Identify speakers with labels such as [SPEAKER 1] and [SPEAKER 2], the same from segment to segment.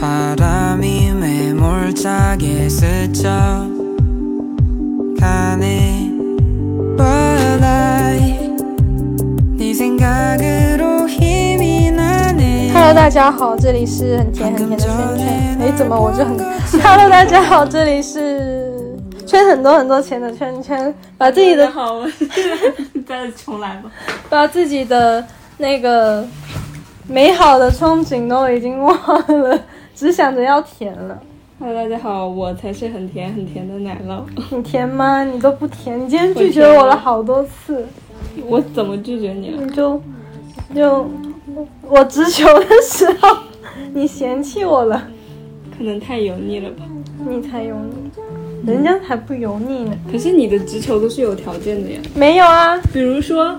[SPEAKER 1] 바람이 매몰차게 스쳐 가네 But I 네 생각으로 힘이 나네
[SPEAKER 2] Hello，大家好，这里是很甜很甜的圈圈。哎，怎么我就很 Hello，大家好，这里是圈很多很多钱的圈圈，把自己的
[SPEAKER 3] 好，我 再重来吧。
[SPEAKER 2] 把自己的那个美好的憧憬都已经忘了， 只想着要甜了。
[SPEAKER 3] Hello，大家好，我才是很甜很甜的奶酪。
[SPEAKER 2] 你甜吗？你都不甜，你今天拒
[SPEAKER 3] 我
[SPEAKER 2] 绝
[SPEAKER 3] 甜
[SPEAKER 2] 我了好多次，
[SPEAKER 3] 我怎么拒绝你了？
[SPEAKER 2] 你就就我直球的时候，你嫌弃我了。
[SPEAKER 3] 可能太油腻了吧。
[SPEAKER 2] 你才油腻，人家才不油腻呢。
[SPEAKER 3] 可是你的直球都是有条件的呀，
[SPEAKER 2] 没有啊，
[SPEAKER 3] 比如说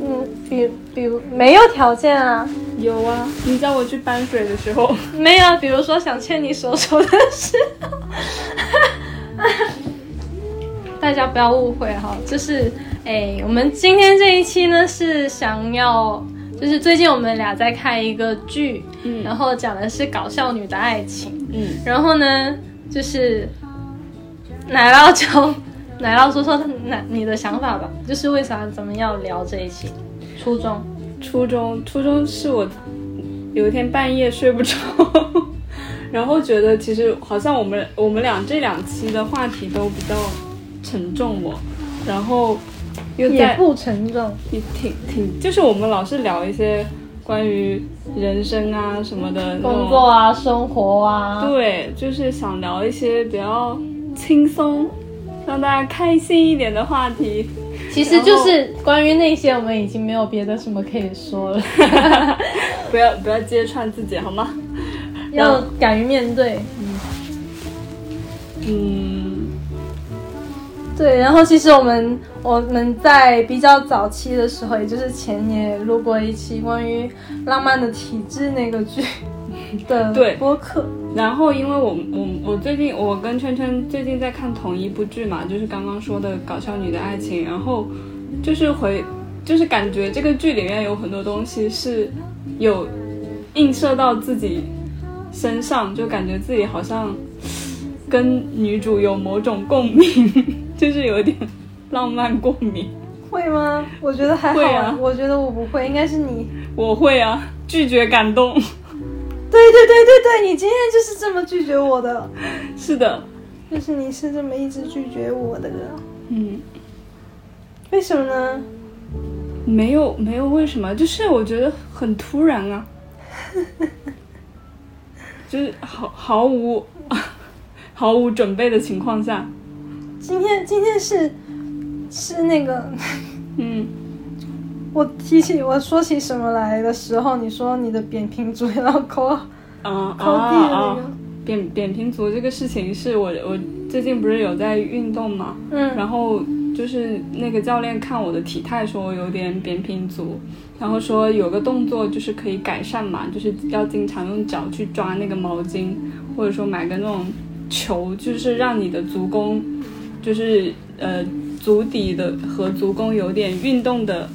[SPEAKER 2] 嗯，比比如没有条件啊，
[SPEAKER 3] 有啊，你叫我去搬水的时候，
[SPEAKER 2] 没有啊，比如说想牵你手手的时候， 大家不要误会哈，就是哎，我们今天这一期呢是想要，就是最近我们俩在看一个剧，
[SPEAKER 3] 嗯
[SPEAKER 2] 然后讲的是搞笑女的爱情，
[SPEAKER 3] 嗯，
[SPEAKER 2] 然后呢，就是奶酪就奶酪说说奶你的想法吧，就是为啥咱们要聊这一期初衷？
[SPEAKER 3] 初中初中是我有一天半夜睡不着， 然后觉得其实好像我们我们俩这两期的话题都比较沉重哦，然后又在
[SPEAKER 2] 沉重，
[SPEAKER 3] 你挺挺，就是我们老是聊一些关于人生啊什么的那种
[SPEAKER 2] 工作，啊，生活啊，
[SPEAKER 3] 对，就是想聊一些比较轻松，让大家开心一点的话题。
[SPEAKER 2] 其实就是关于那些我们已经没有别的什么可以说了，
[SPEAKER 3] 不要不要揭穿自己好吗？
[SPEAKER 2] 要敢于面对。
[SPEAKER 3] 嗯，
[SPEAKER 2] 对，然后其实我们我们在比较早期的时候，也就是前年也录过一期关于《浪漫的体质》那个 剧的
[SPEAKER 3] 对
[SPEAKER 2] 播客，
[SPEAKER 3] 然后因为我我我最近我跟圈圈最近在看同一部剧嘛，就是刚刚说的《搞笑女的爱情》，然后就是回就是感觉这个剧里面有很多东西是有映射到自己身上，就感觉自己好像跟女主有某种共鸣， 就是有点浪漫共鸣。
[SPEAKER 2] 会吗？我觉得还好
[SPEAKER 3] 会啊
[SPEAKER 2] 我觉得我不会，应该是你。
[SPEAKER 3] 我会啊，拒绝感动。
[SPEAKER 2] 对对对对对，你今天就是这么拒绝我的，
[SPEAKER 3] 是的，
[SPEAKER 2] 就是你是这么一直拒绝我的人，
[SPEAKER 3] 嗯。
[SPEAKER 2] 为什么呢？
[SPEAKER 3] 没有没有，为什么？就是我觉得很突然 啊，就是毫毫无 毫无准备的情况下，
[SPEAKER 2] 今天今天是是那个，
[SPEAKER 3] 嗯，
[SPEAKER 2] 我提起我说起什么来的时候，你说你的扁平足要抠
[SPEAKER 3] 啊啊
[SPEAKER 2] 抠地的那个，
[SPEAKER 3] 啊！扁扁平足这个事情是我我最近不是有在运动嘛，
[SPEAKER 2] 嗯，
[SPEAKER 3] 然后就是那个教练看我的体态，说我有点扁平足，然后说有个动作就是可以改善嘛，就是要经常用脚去抓那个毛巾，或者说买个那种球，就是让你的足弓，就是呃足底的和足弓有点运动的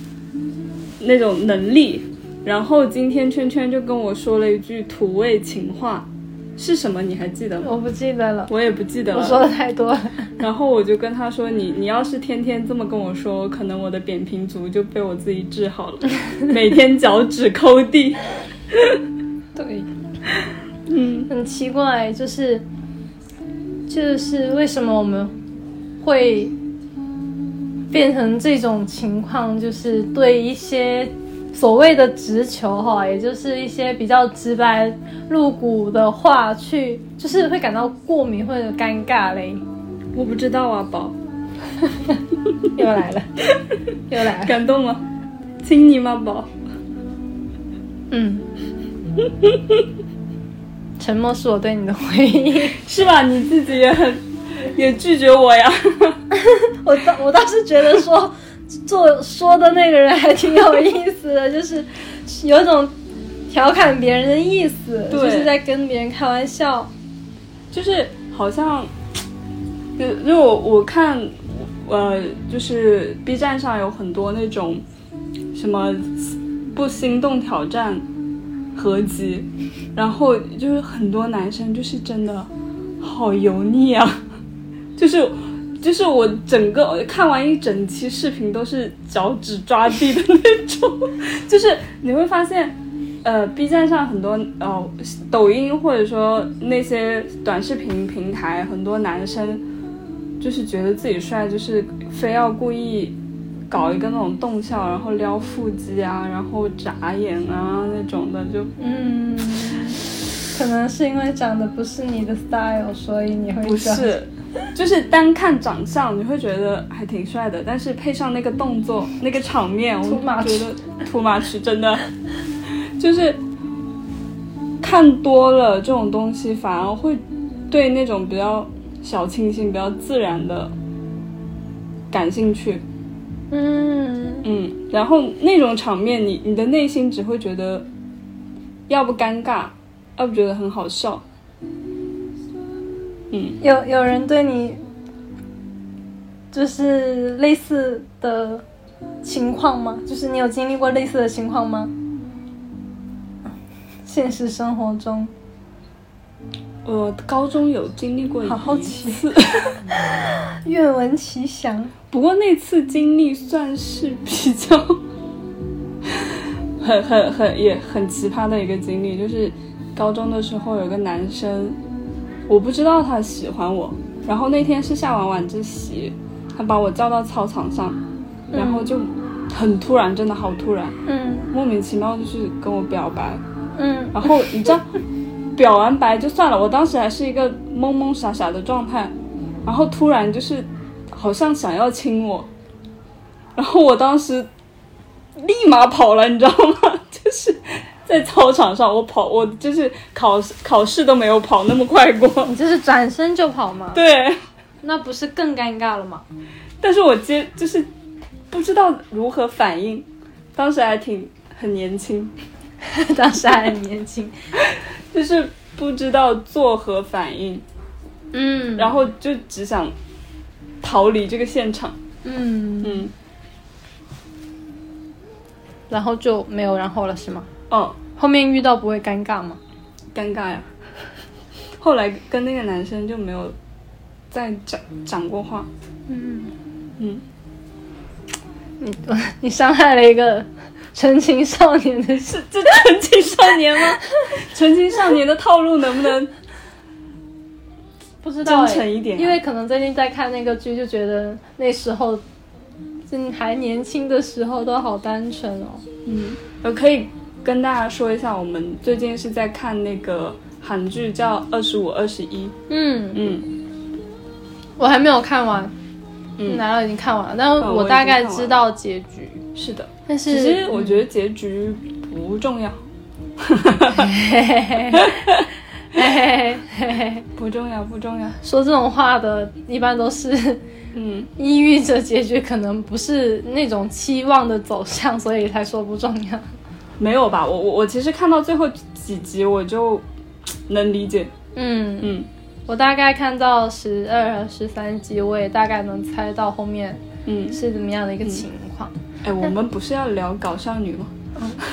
[SPEAKER 3] 那种能力。然后今天圈圈就跟我说了一句土味情话，是什么你还记得吗？
[SPEAKER 2] 我不记得了，
[SPEAKER 3] 我也不记得了。
[SPEAKER 2] 我说的太多了。
[SPEAKER 3] 然后我就跟他说：“你你要是天天这么跟我说，可能我的扁平足就被我自己治好了，每天脚趾抠地。
[SPEAKER 2] 对，”
[SPEAKER 3] 嗯，
[SPEAKER 2] 很奇怪，就是就是为什么我们会变成这种情况？就是对一些所谓的直球哈，也就是一些比较直白露骨的话去，就是会感到过敏或者尴尬嘞。
[SPEAKER 3] 我不知道啊，宝，
[SPEAKER 2] 又来了， 又来了，
[SPEAKER 3] 感动了，亲你吗，宝？
[SPEAKER 2] 嗯。沉默是我对你的回应，
[SPEAKER 3] 是吧？你自己也很也拒绝我呀。
[SPEAKER 2] 我倒我倒是觉得说做说的那个人还挺有意思的， 就是有一种调侃别人的意思，
[SPEAKER 3] 对
[SPEAKER 2] 就是在跟别人开玩笑。
[SPEAKER 3] 就是好像，就就我我看，呃，就是 B 站上有很多那种什么不心动挑战合集，然后就是很多男生就是真的好油腻啊， 就是就是我整个看完一整期视频都是脚趾抓地的那种， 就是你会发现。呃，B 站上很多呃，抖音或者说那些短视频平台，很多男生就是觉得自己帅，就是非要故意搞一个那种动效，然后撩腹肌啊，然后眨眼啊那种的，就
[SPEAKER 2] 嗯，可能是因为长得不是你的 style，所以你会
[SPEAKER 3] 不
[SPEAKER 2] 这样
[SPEAKER 3] 是，就是单看长相你会觉得还挺帅的，但是配上那个动作、那个场面，我
[SPEAKER 2] Too much
[SPEAKER 3] 觉得土马池真的 就是看多了这种东西，反而会对那种比较小清新、比较自然的感兴趣。
[SPEAKER 2] 嗯，
[SPEAKER 3] 嗯，然后那种场面，你你的内心只会觉得，要不尴尬，要不觉得很好笑。嗯，
[SPEAKER 2] 有有人对你就是类似的情况吗？就是你有经历过类似的情况吗？现实生活中，
[SPEAKER 3] 我呃高中有经历过一
[SPEAKER 2] 好好奇
[SPEAKER 3] 次，
[SPEAKER 2] 嗯 愿闻其详。
[SPEAKER 3] 不过那次经历算是比较 很很很也很奇葩的一个经历，就是高中的时候有个男生，我不知道他喜欢我，然后那天是下完晚自习，他把我叫到操场上，然后就很突然，真的好突然，
[SPEAKER 2] 嗯
[SPEAKER 3] 莫名其妙就是跟我表白，
[SPEAKER 2] 嗯
[SPEAKER 3] 然后你知道，表完白就算了，我当时还是一个懵懵傻傻的状态，然后突然就是好像想要亲我，然后我当时立马跑了，你知道吗？ 就是在操场上，我跑，我就是考试考试都没有跑那么快过。
[SPEAKER 2] 你这是转身就跑吗？
[SPEAKER 3] 对，
[SPEAKER 2] 那不是更尴尬了吗？
[SPEAKER 3] 但是我接就是不知道如何反应，当时还挺很年轻，
[SPEAKER 2] 当时还很年轻。
[SPEAKER 3] 就是不知道作何反应。
[SPEAKER 2] 嗯，
[SPEAKER 3] 然后就只想逃离这个现场。
[SPEAKER 2] 嗯，
[SPEAKER 3] 嗯，
[SPEAKER 2] 然后就没有然后了是吗？
[SPEAKER 3] 哦，
[SPEAKER 2] 后面遇到不会尴尬吗？
[SPEAKER 3] 尴尬呀。 后来跟那个男生就没有再讲讲过话。
[SPEAKER 2] 嗯，
[SPEAKER 3] 嗯，
[SPEAKER 2] 你你伤害了一个纯情少年的心。
[SPEAKER 3] 这纯情少年吗？ 纯情少年的套路 能不能？
[SPEAKER 2] 不知道、欸、
[SPEAKER 3] 真诚一点啊
[SPEAKER 2] 因为可能最近在看那个剧，就觉得那时候，嗯，还年轻的时候都好单纯哦。
[SPEAKER 3] 嗯，我可以跟大家说一下，我们最近是在看那个韩剧叫《二十五二十一》。
[SPEAKER 2] 嗯，
[SPEAKER 3] 嗯
[SPEAKER 2] 我还没有看完，
[SPEAKER 3] 嗯，
[SPEAKER 2] 难道已经看完了？但是
[SPEAKER 3] 哦我已经
[SPEAKER 2] 大概
[SPEAKER 3] 看完
[SPEAKER 2] 知道结局，
[SPEAKER 3] 是的。
[SPEAKER 2] 但
[SPEAKER 3] 其
[SPEAKER 2] 是
[SPEAKER 3] 实我觉得结局不重要，
[SPEAKER 2] 嘿嘿嘿嘿嘿嘿嘿嘿，
[SPEAKER 3] 不重要，不重要。
[SPEAKER 2] 说这种话的一般都是
[SPEAKER 3] 嗯，
[SPEAKER 2] 抑郁着结局，可能不是那种期望的走向，所以才说不重要。
[SPEAKER 3] 没有吧？我我我其实看到最后几集我就能理解，
[SPEAKER 2] 嗯，
[SPEAKER 3] 嗯
[SPEAKER 2] 我大概看到十二、十三集，我也大概能猜到后面
[SPEAKER 3] 嗯。
[SPEAKER 2] 是怎么样的一个情况。
[SPEAKER 3] 哎，我们不是要聊搞笑女吗？
[SPEAKER 2] 嗯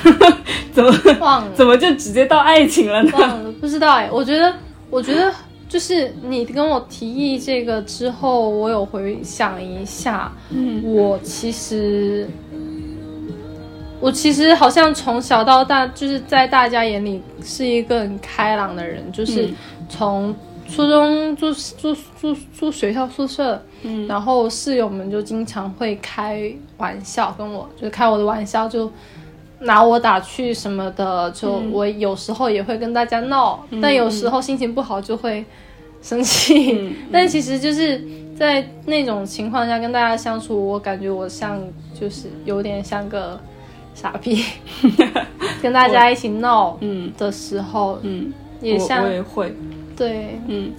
[SPEAKER 3] 怎么
[SPEAKER 2] 忘了，
[SPEAKER 3] 怎么就直接到爱情了呢？
[SPEAKER 2] 忘了，不知道哎。我觉得，我觉得就是你跟我提议这个之后，我有回想一下，
[SPEAKER 3] 嗯
[SPEAKER 2] 我其实，我其实好像从小到大，就是在大家眼里是一个很开朗的人，就是
[SPEAKER 3] 嗯
[SPEAKER 2] 从初中住住住住学校宿舍，
[SPEAKER 3] 嗯
[SPEAKER 2] 然后室友们就经常会开玩笑跟我，就是开我的玩笑，就拿我打趣什么的，就
[SPEAKER 3] 嗯
[SPEAKER 2] 我有时候也会跟大家闹，但有时候心情不好就会生气。
[SPEAKER 3] 嗯
[SPEAKER 2] 但其实就是在那种情况下跟大家相处，我感觉我像就是有点像个傻 逼，跟大家一起闹
[SPEAKER 3] 嗯
[SPEAKER 2] 的时候
[SPEAKER 3] 嗯，
[SPEAKER 2] 也
[SPEAKER 3] 我
[SPEAKER 2] 像
[SPEAKER 3] 我也会，
[SPEAKER 2] 对，
[SPEAKER 3] 嗯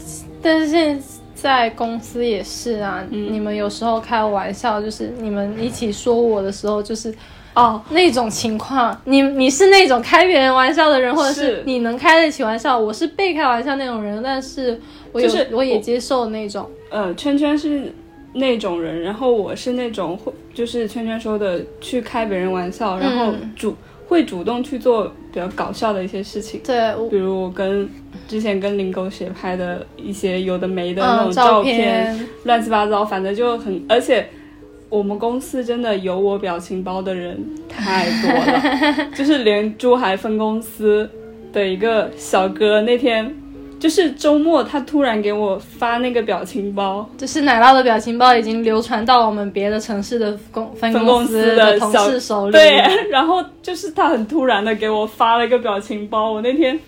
[SPEAKER 2] 但是现在公司也是啊，
[SPEAKER 3] 嗯
[SPEAKER 2] 你们有时候开玩笑，就是你们一起说我的时候，就是
[SPEAKER 3] 哦，
[SPEAKER 2] 那种情况，你你是那种开别人玩笑的人，或者是
[SPEAKER 3] 是
[SPEAKER 2] 你能开得起玩笑，我是被开玩笑那种人，但是我有、
[SPEAKER 3] 就是
[SPEAKER 2] 我也
[SPEAKER 3] 我
[SPEAKER 2] 接受那种，
[SPEAKER 3] 呃，圈圈是那种人，然后我是那种会，就是圈圈说的去开别人玩笑，然后
[SPEAKER 2] 嗯
[SPEAKER 3] 主、会主动去做比较搞笑的一些事情，
[SPEAKER 2] 对，我
[SPEAKER 3] 比如我跟之前跟林狗血拍的一些有的没的
[SPEAKER 2] 嗯，
[SPEAKER 3] 那种照
[SPEAKER 2] 片，
[SPEAKER 3] 乱七八糟，反正就很，而且我们公司真的有我表情包的人太 多了，就是连珠海分公司的一个小哥那天。就是周末，他突然给我发那个表情包，
[SPEAKER 2] 就是奶酪的表情包已经流传到我们别的城市的公分
[SPEAKER 3] 分
[SPEAKER 2] 公
[SPEAKER 3] 公
[SPEAKER 2] 司的
[SPEAKER 3] 司的
[SPEAKER 2] 同
[SPEAKER 3] 小
[SPEAKER 2] 事手里。
[SPEAKER 3] 对， 然后就是他很突然的给我发了一个表情包，我那天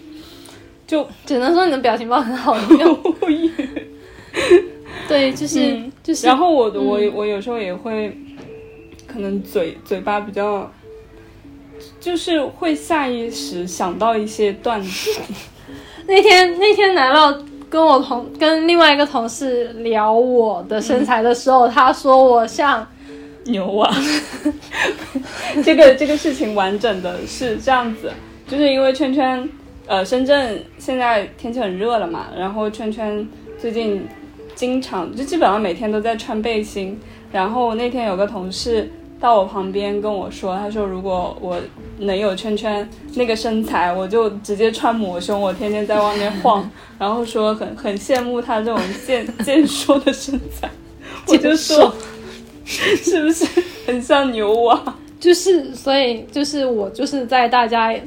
[SPEAKER 3] 就
[SPEAKER 2] 只能说你的表情包很好 哦用。
[SPEAKER 3] 无语。
[SPEAKER 2] 对，就是、
[SPEAKER 3] 嗯
[SPEAKER 2] 就是，
[SPEAKER 3] 然后我的我我有时候也会，可能嘴嘴巴比较，就是会下意识想到一些段子，
[SPEAKER 2] 那天那天奶酪跟我同跟另外一个同事聊我的身材的时候，他说我像
[SPEAKER 3] 牛啊！ 这个这个事情完整的是这样子，就是因为圈圈，呃，深圳现在天气很热了嘛，然后圈圈最近经常就基本上每天都在穿背心，然后那天有个同事到我旁边跟我说，他说如果我能有圈圈那个身材，我就直接穿抹胸，我天天在外面晃，然后说很很羡慕他这种健健硕的身材，我就说。 是不是很像牛蛙？
[SPEAKER 2] 就是，所以就是我就是在大家，就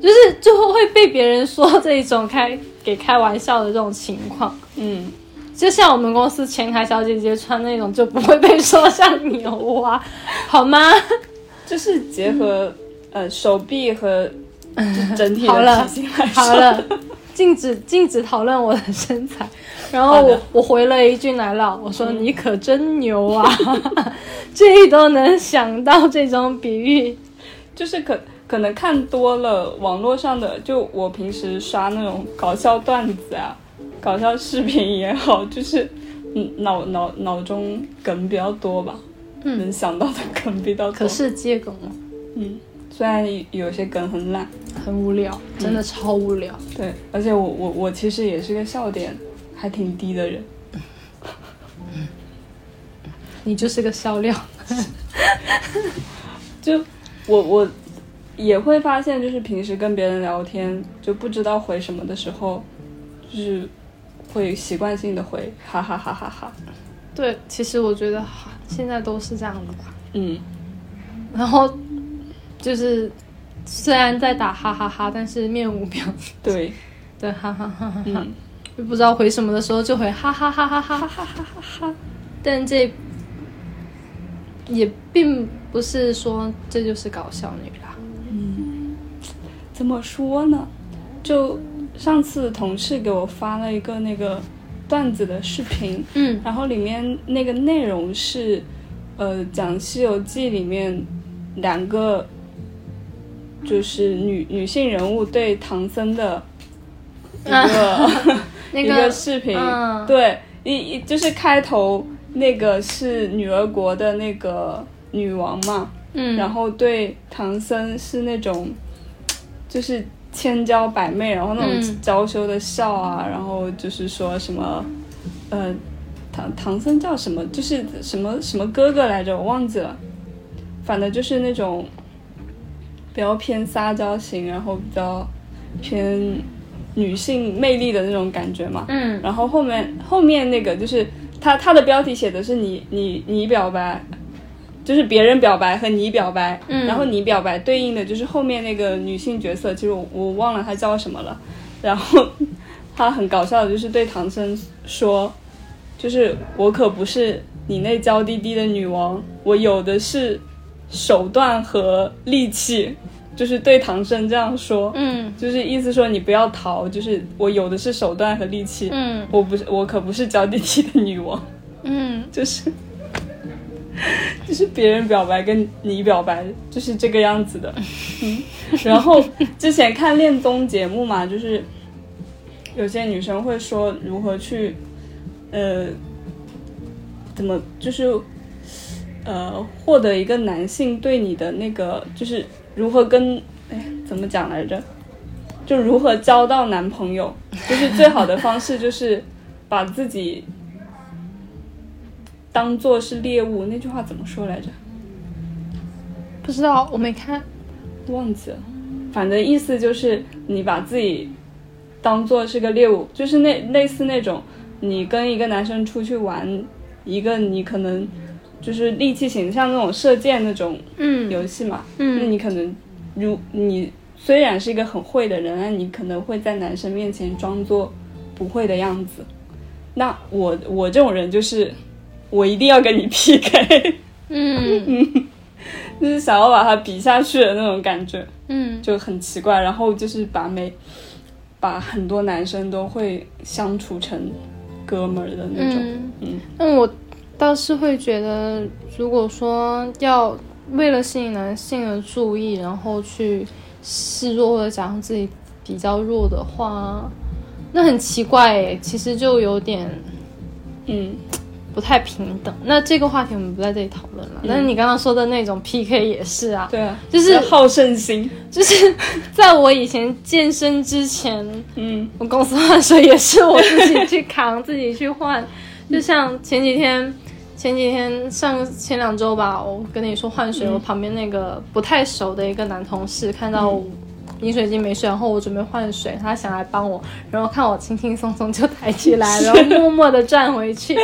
[SPEAKER 2] 是就会被别人说这种开给开玩笑的这种情况。
[SPEAKER 3] 嗯，
[SPEAKER 2] 就像我们公司前台小姐姐穿那种就不会被说像牛蛙，好吗？
[SPEAKER 3] 就是结合、呃手臂和 就整体
[SPEAKER 2] 嗯好了
[SPEAKER 3] 的体型来说，
[SPEAKER 2] 好了，禁止禁止讨论我的身材。然后
[SPEAKER 3] 好
[SPEAKER 2] 我
[SPEAKER 3] 的
[SPEAKER 2] 我回了一句奶酪，我说、你可真牛啊， 这都能想到这种比喻。
[SPEAKER 3] 就是可可能看多了网络上的，就我平时刷那种搞笑段子啊、搞笑视频也好，就是嗯脑脑脑中梗比较多吧，能
[SPEAKER 2] 嗯，
[SPEAKER 3] 想到的梗比较多。
[SPEAKER 2] 可是接梗吗
[SPEAKER 3] 嗯，虽然有些梗很烂，
[SPEAKER 2] 很无聊，真的超无聊。
[SPEAKER 3] 对，而且我我我其实也是个笑点还挺低的人。
[SPEAKER 2] 你就是个笑料，
[SPEAKER 3] 就我我也会发现，就是平时跟别人聊天，就不知道回什么的时候，就是会习惯性的回哈哈哈哈哈。
[SPEAKER 2] 对，其实我觉得哈现在都是这样的吧。
[SPEAKER 3] 嗯，
[SPEAKER 2] 然后就是虽然在打哈哈哈，但是面无表情
[SPEAKER 3] 对，
[SPEAKER 2] 的哈哈哈哈哈，
[SPEAKER 3] 嗯，
[SPEAKER 2] 就不知道回什么的时候就回哈哈哈哈哈哈哈哈哈，但这也并不是说这就是搞笑女啦。
[SPEAKER 3] 怎么说呢？就上次同事给我发了一个那个段子的视频，
[SPEAKER 2] 嗯
[SPEAKER 3] 然后里面那个内容是，呃，讲《西游记》里面两个就是女女性人物对唐僧的一个、
[SPEAKER 2] 那
[SPEAKER 3] 一个
[SPEAKER 2] 个
[SPEAKER 3] 视频，
[SPEAKER 2] 嗯
[SPEAKER 3] 对，一一就是开头那个是女儿国的那个女王嘛，
[SPEAKER 2] 嗯，
[SPEAKER 3] 然后对唐僧是那种就是千娇百媚，然后那
[SPEAKER 2] 嗯
[SPEAKER 3] 种娇羞的笑啊，然后就是说什么呃。唐唐僧叫什么？就是什么什么哥哥来着，我忘记了。反正就是那种比较偏撒娇型，然后比较偏女性魅力的那种感觉嘛。
[SPEAKER 2] 嗯
[SPEAKER 3] 然后后面后面那个就是他他的标题写的是你你你表白，就是别人表白和你表白，
[SPEAKER 2] 嗯
[SPEAKER 3] 然后你表白对应的就是后面那个女性角色，其实我我忘了她叫什么了。然后她很搞笑的就是对唐僧说，就是我可不是你那娇滴滴的女王，我有的是手段和力气，就是对唐僧这样说。
[SPEAKER 2] 嗯
[SPEAKER 3] 就是意思说你不要逃，就是我有的是手段和力气，
[SPEAKER 2] 嗯
[SPEAKER 3] 我不是我可不是娇滴滴的女王，
[SPEAKER 2] 嗯，
[SPEAKER 3] 就是就是别人表白跟你表白就是这个样子的，嗯，然后之前看恋综节目嘛，就是有些女生会说如何去，呃，怎么就是呃获得一个男性对你的那个就是如何跟哎怎么讲来着？就如何交到男朋友，就是最好的方式就是把自己当做是猎物，那句话怎么说来着？
[SPEAKER 2] 不知道我没看，
[SPEAKER 3] 忘记了，反正意思就是你把自己当做是个猎物，就是那类似那种你跟一个男生出去玩，一个你可能就是利器型，像那种射箭那种
[SPEAKER 2] 嗯
[SPEAKER 3] 游戏嘛，那
[SPEAKER 2] 嗯
[SPEAKER 3] 你可能如你虽然是一个很会的人，但你可能会在男生面前装作不会的样子。那我我这种人就是，我一定要跟你 PK，
[SPEAKER 2] 嗯
[SPEAKER 3] 就是想要把他比下去的那种感觉，
[SPEAKER 2] 嗯
[SPEAKER 3] 就很奇怪。然后就是把每把很多男生都会相处成哥们儿的那种。
[SPEAKER 2] 嗯
[SPEAKER 3] 嗯，
[SPEAKER 2] 那我倒是会觉得，如果说要为了吸引男性的注意，然后去示弱或者假装自己比较弱的话，那很奇怪诶，其实就有点
[SPEAKER 3] 嗯
[SPEAKER 2] 不太平等。那这个话题我们不在这里讨论了。但是你刚刚说的那种 PK 也是啊，
[SPEAKER 3] 嗯对啊，
[SPEAKER 2] 就是
[SPEAKER 3] 好胜心。
[SPEAKER 2] 就是 在我以前健身之前，
[SPEAKER 3] 嗯
[SPEAKER 2] 我公司换水也是我自己去扛，自己去换。 就像前几天，前几天上个前两周吧，我跟你说换水，我旁边那个不太熟的一个男同事看到我饮水机没水，然后我准备换水，他想来帮我，然后看我轻轻松松就抬起来，然后默默的转回去，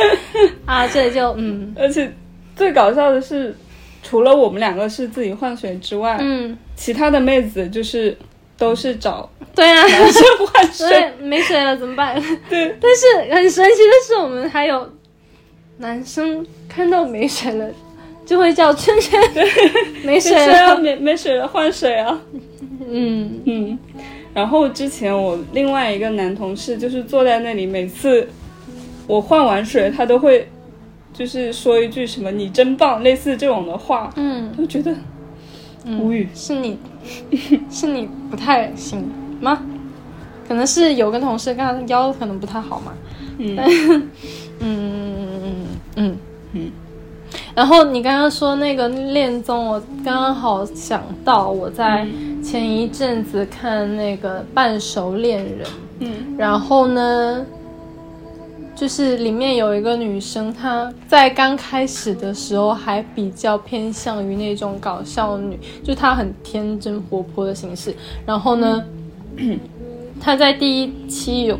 [SPEAKER 2] 啊，这就嗯
[SPEAKER 3] 而且最搞笑的是，除了我们两个是自己换水之外，
[SPEAKER 2] 嗯，
[SPEAKER 3] 其他的妹子就是都 是找
[SPEAKER 2] 对啊。
[SPEAKER 3] 男生换水。
[SPEAKER 2] 对，没水了怎么办？对，但是很神奇的是，我们还有男生看到没水了，就会叫圈圈，没
[SPEAKER 3] 没
[SPEAKER 2] 水
[SPEAKER 3] 水啊，
[SPEAKER 2] 了。
[SPEAKER 3] 没没水了，换水啊。
[SPEAKER 2] 嗯
[SPEAKER 3] 嗯，然后之前我另外一个男同事就是坐在那里，每次我换完水，他都会就是说一句什么“你真棒”类似这种的话，
[SPEAKER 2] 嗯，
[SPEAKER 3] 我觉得无语。
[SPEAKER 2] 是你，是你不太行吗？可能是有个同事跟他腰可能不太好嘛。
[SPEAKER 3] 嗯
[SPEAKER 2] 嗯嗯嗯
[SPEAKER 3] 嗯。
[SPEAKER 2] 然后你刚刚说那个恋综，我刚刚好想到我在
[SPEAKER 3] 嗯
[SPEAKER 2] 前一阵子看那个《半熟恋人》。
[SPEAKER 3] 嗯
[SPEAKER 2] 然后呢，就是里面有一个女生，她在刚开始的时候还比较偏向于那种搞笑女，就她很天真活泼的形式。然后呢，她在第一期有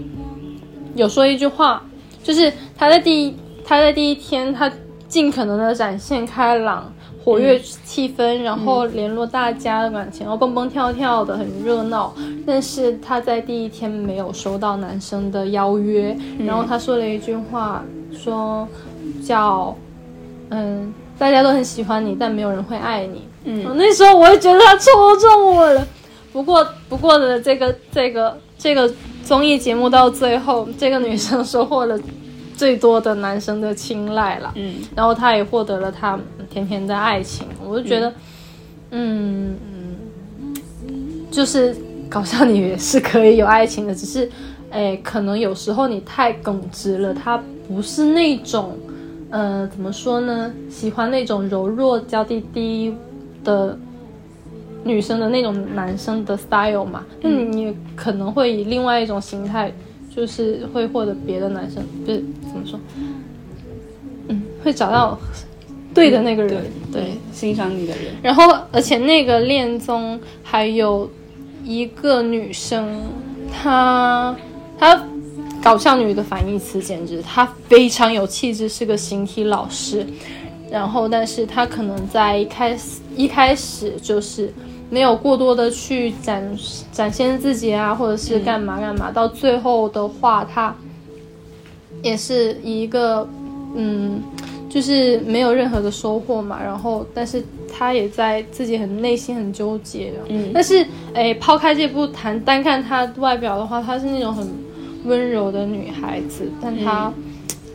[SPEAKER 2] 有说一句话，就是她在第一她在第一天，她尽可能的展现开朗。活跃气氛，然后联络大家的感情，然后蹦蹦跳跳的，很热闹。但是她在第一天没有收到男生的邀约，然后她说了一句话，说叫嗯，大家都很喜欢你，但没有人会爱你。
[SPEAKER 3] 嗯
[SPEAKER 2] 我那时候我就觉得他戳中我了。不过，不过的这个这个这个综艺节目到最后，这个女生收获了最多的男生的青睐了。
[SPEAKER 3] 嗯
[SPEAKER 2] 然后他也获得了他甜甜的爱情。我就觉得，嗯嗯，就是搞笑女也是可以有爱情的，只是， 哎，可能有时候你太耿直了，他不是那种，呃，怎么说呢？喜欢那种柔弱娇滴滴的。女生的那种男生的 style 嘛，那你你可能会以另外一种形态，就是会获得别的男生，不是怎么说，嗯，会找到对的那个人。嗯对，
[SPEAKER 3] 欣赏你的人。
[SPEAKER 2] 然后而且那个恋综还有一个女生，她她搞笑女的反义词简直，她非常有气质，是个形体老师。然后，但是她可能在一开始一开始就是没有过多的去展展现自己啊，或者是干嘛干嘛，到最后的话，她也是一个嗯。就是没有任何的收获嘛，然后但是他也在自己很内心很纠结的，
[SPEAKER 3] 嗯
[SPEAKER 2] 但是诶，抛开这不谈，单看她外表的话，她是那种很温柔的女孩子，但她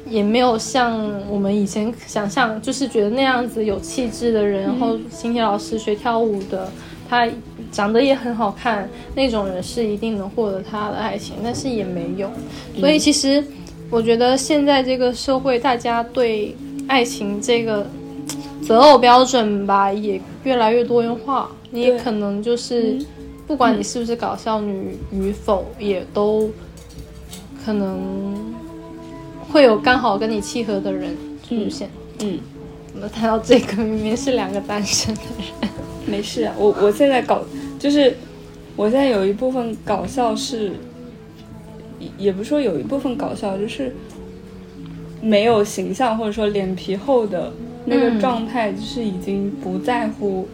[SPEAKER 2] 也没有像我们以前想象，就是觉得那样子有气质的人，然后星铁老师学跳舞的，她长得也很好看，那种人是一定能获得她的爱情，但是也没有，所以其实我觉得现在这个社会，大家对爱情这个呃择偶标准吧，也越来越多元化。你也
[SPEAKER 3] 对
[SPEAKER 2] 可能就是，不管你是不是搞笑女与否，也都可能会有刚好跟你契合的人出现。
[SPEAKER 3] 嗯。
[SPEAKER 2] 怎么谈到这个，明明是两个单身的人。
[SPEAKER 3] 没事啊，我我现在搞，就是我现在有一部分搞笑是，也也不是说有一部分搞笑，就是没有形象或者说脸皮厚的那个
[SPEAKER 2] 嗯
[SPEAKER 3] 状态，就是已经不在乎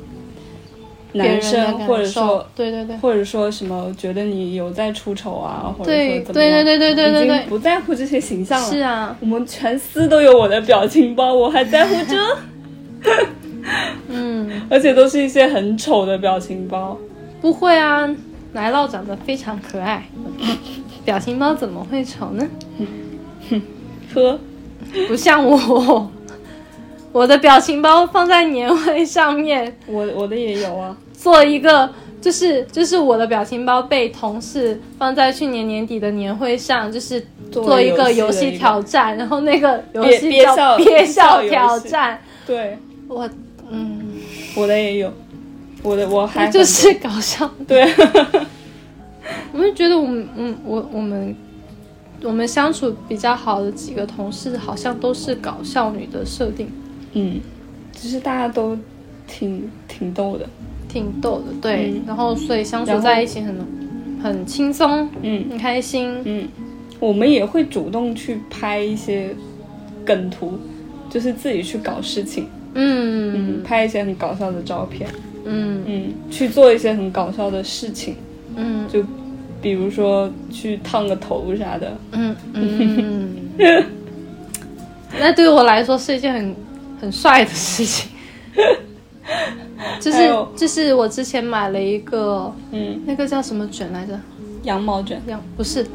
[SPEAKER 2] 别人
[SPEAKER 3] 男
[SPEAKER 2] 的
[SPEAKER 3] 生
[SPEAKER 2] 感
[SPEAKER 3] 或者
[SPEAKER 2] 受
[SPEAKER 3] 说
[SPEAKER 2] 对对对
[SPEAKER 3] 或者说什么觉得你有在出丑啊，或者
[SPEAKER 2] 对对
[SPEAKER 3] 说怎么样，
[SPEAKER 2] 对对对对
[SPEAKER 3] 已
[SPEAKER 2] 对
[SPEAKER 3] 经不在乎这些形象了。
[SPEAKER 2] 是啊，
[SPEAKER 3] 我们全司都有我的表情包，我还在乎 这，
[SPEAKER 2] 嗯，
[SPEAKER 3] 而且都是一些很丑的表情包。
[SPEAKER 2] 不会啊，奶酪长得非常可爱， 表情包怎么会丑呢？
[SPEAKER 3] 呵，
[SPEAKER 2] 不像我，我的表情包放在年会上面，
[SPEAKER 3] 我我的也有啊，
[SPEAKER 2] 做一个，就是就是我的表情包被同事放在去年年底的年会上，就是做一个游戏挑战，然后那个游戏
[SPEAKER 3] 憋
[SPEAKER 2] 叫
[SPEAKER 3] 憋
[SPEAKER 2] 憋笑
[SPEAKER 3] 笑憋笑游戏
[SPEAKER 2] 挑战，
[SPEAKER 3] 对，
[SPEAKER 2] 我嗯，
[SPEAKER 3] 我的也有，我的我还很
[SPEAKER 2] 就是搞笑，
[SPEAKER 3] 对，
[SPEAKER 2] 我就觉得我们嗯我我们。我们相处比较好的几个同事，好像都是搞笑女的设定，
[SPEAKER 3] 嗯，其实大家都挺挺逗的，
[SPEAKER 2] 挺逗的，对。
[SPEAKER 3] 嗯
[SPEAKER 2] 然后所以相
[SPEAKER 3] 然
[SPEAKER 2] 处
[SPEAKER 3] 后
[SPEAKER 2] 在一起很很轻松，
[SPEAKER 3] 嗯
[SPEAKER 2] 很开心，
[SPEAKER 3] 嗯，我们也会主动去拍一些梗图，就是自己去搞事情，
[SPEAKER 2] 嗯
[SPEAKER 3] 嗯，拍一些很搞笑的照片，
[SPEAKER 2] 嗯
[SPEAKER 3] 嗯，去做一些很搞笑的事情，
[SPEAKER 2] 嗯
[SPEAKER 3] 就比如说去烫个头啥的，
[SPEAKER 2] 嗯，嗯， 那对我来说是一件很很帅的事 情。就
[SPEAKER 3] 还
[SPEAKER 2] 是
[SPEAKER 3] 有
[SPEAKER 2] 就是我之前买了一个
[SPEAKER 3] 嗯，
[SPEAKER 2] 那个叫什么卷来着？
[SPEAKER 3] 羊毛卷，
[SPEAKER 2] 羊不是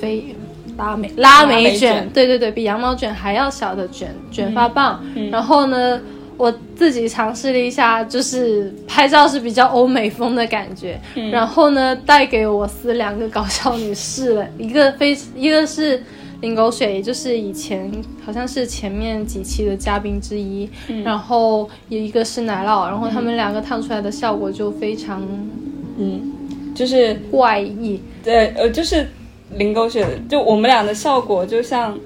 [SPEAKER 2] 肥
[SPEAKER 3] 拉美
[SPEAKER 2] 拉
[SPEAKER 3] 美
[SPEAKER 2] 美
[SPEAKER 3] 卷
[SPEAKER 2] 卷，对对对，比羊毛卷还要小的卷卷发棒。
[SPEAKER 3] 嗯
[SPEAKER 2] 然后呢，我自己尝试了一下，就是拍照是比较欧美风的感觉。
[SPEAKER 3] 嗯
[SPEAKER 2] 然后呢，带给我司两个搞笑女试了，一个非一个是。林狗水也就是以前好像是前面几期的嘉宾之一，
[SPEAKER 3] 嗯
[SPEAKER 2] 然后有一个是奶酪，然后他们两个烫出来的效果就非常
[SPEAKER 3] 嗯，就是
[SPEAKER 2] 怪异，
[SPEAKER 3] 对，呃，就是零狗血，就我们俩的效果就像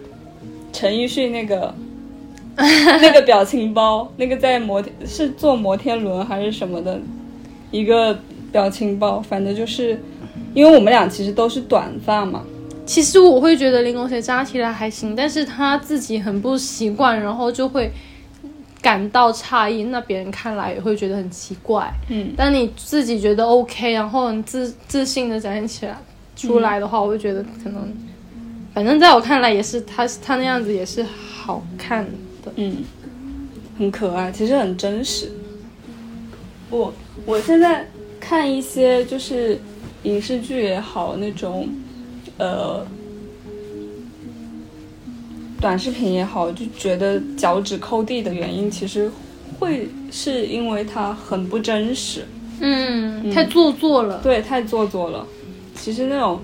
[SPEAKER 3] 陈奕迅那个 那个表情包，那个在摩天是坐摩天轮还是什么的一个表情包，反正就是因为我们俩其实都是短发嘛，
[SPEAKER 2] 其实我会觉得林狗血扎起来还行，但是他自己很不习惯，然后就会感到诧异，那别人看来也会觉得很奇怪。
[SPEAKER 3] 嗯，
[SPEAKER 2] 但你自己觉得 OK，然后很自自信的展现起来出来的话，我会觉得可能，反正在我看来也是他他那样子也是好看的。
[SPEAKER 3] 嗯，很可爱，其实很真实。我我现在看一些就是影视剧也好，那种呃短视频也好，就觉得脚趾抠地的原因，其实会是因为它很不真实，
[SPEAKER 2] 嗯，太做作了。
[SPEAKER 3] 对，太做作了。其实那种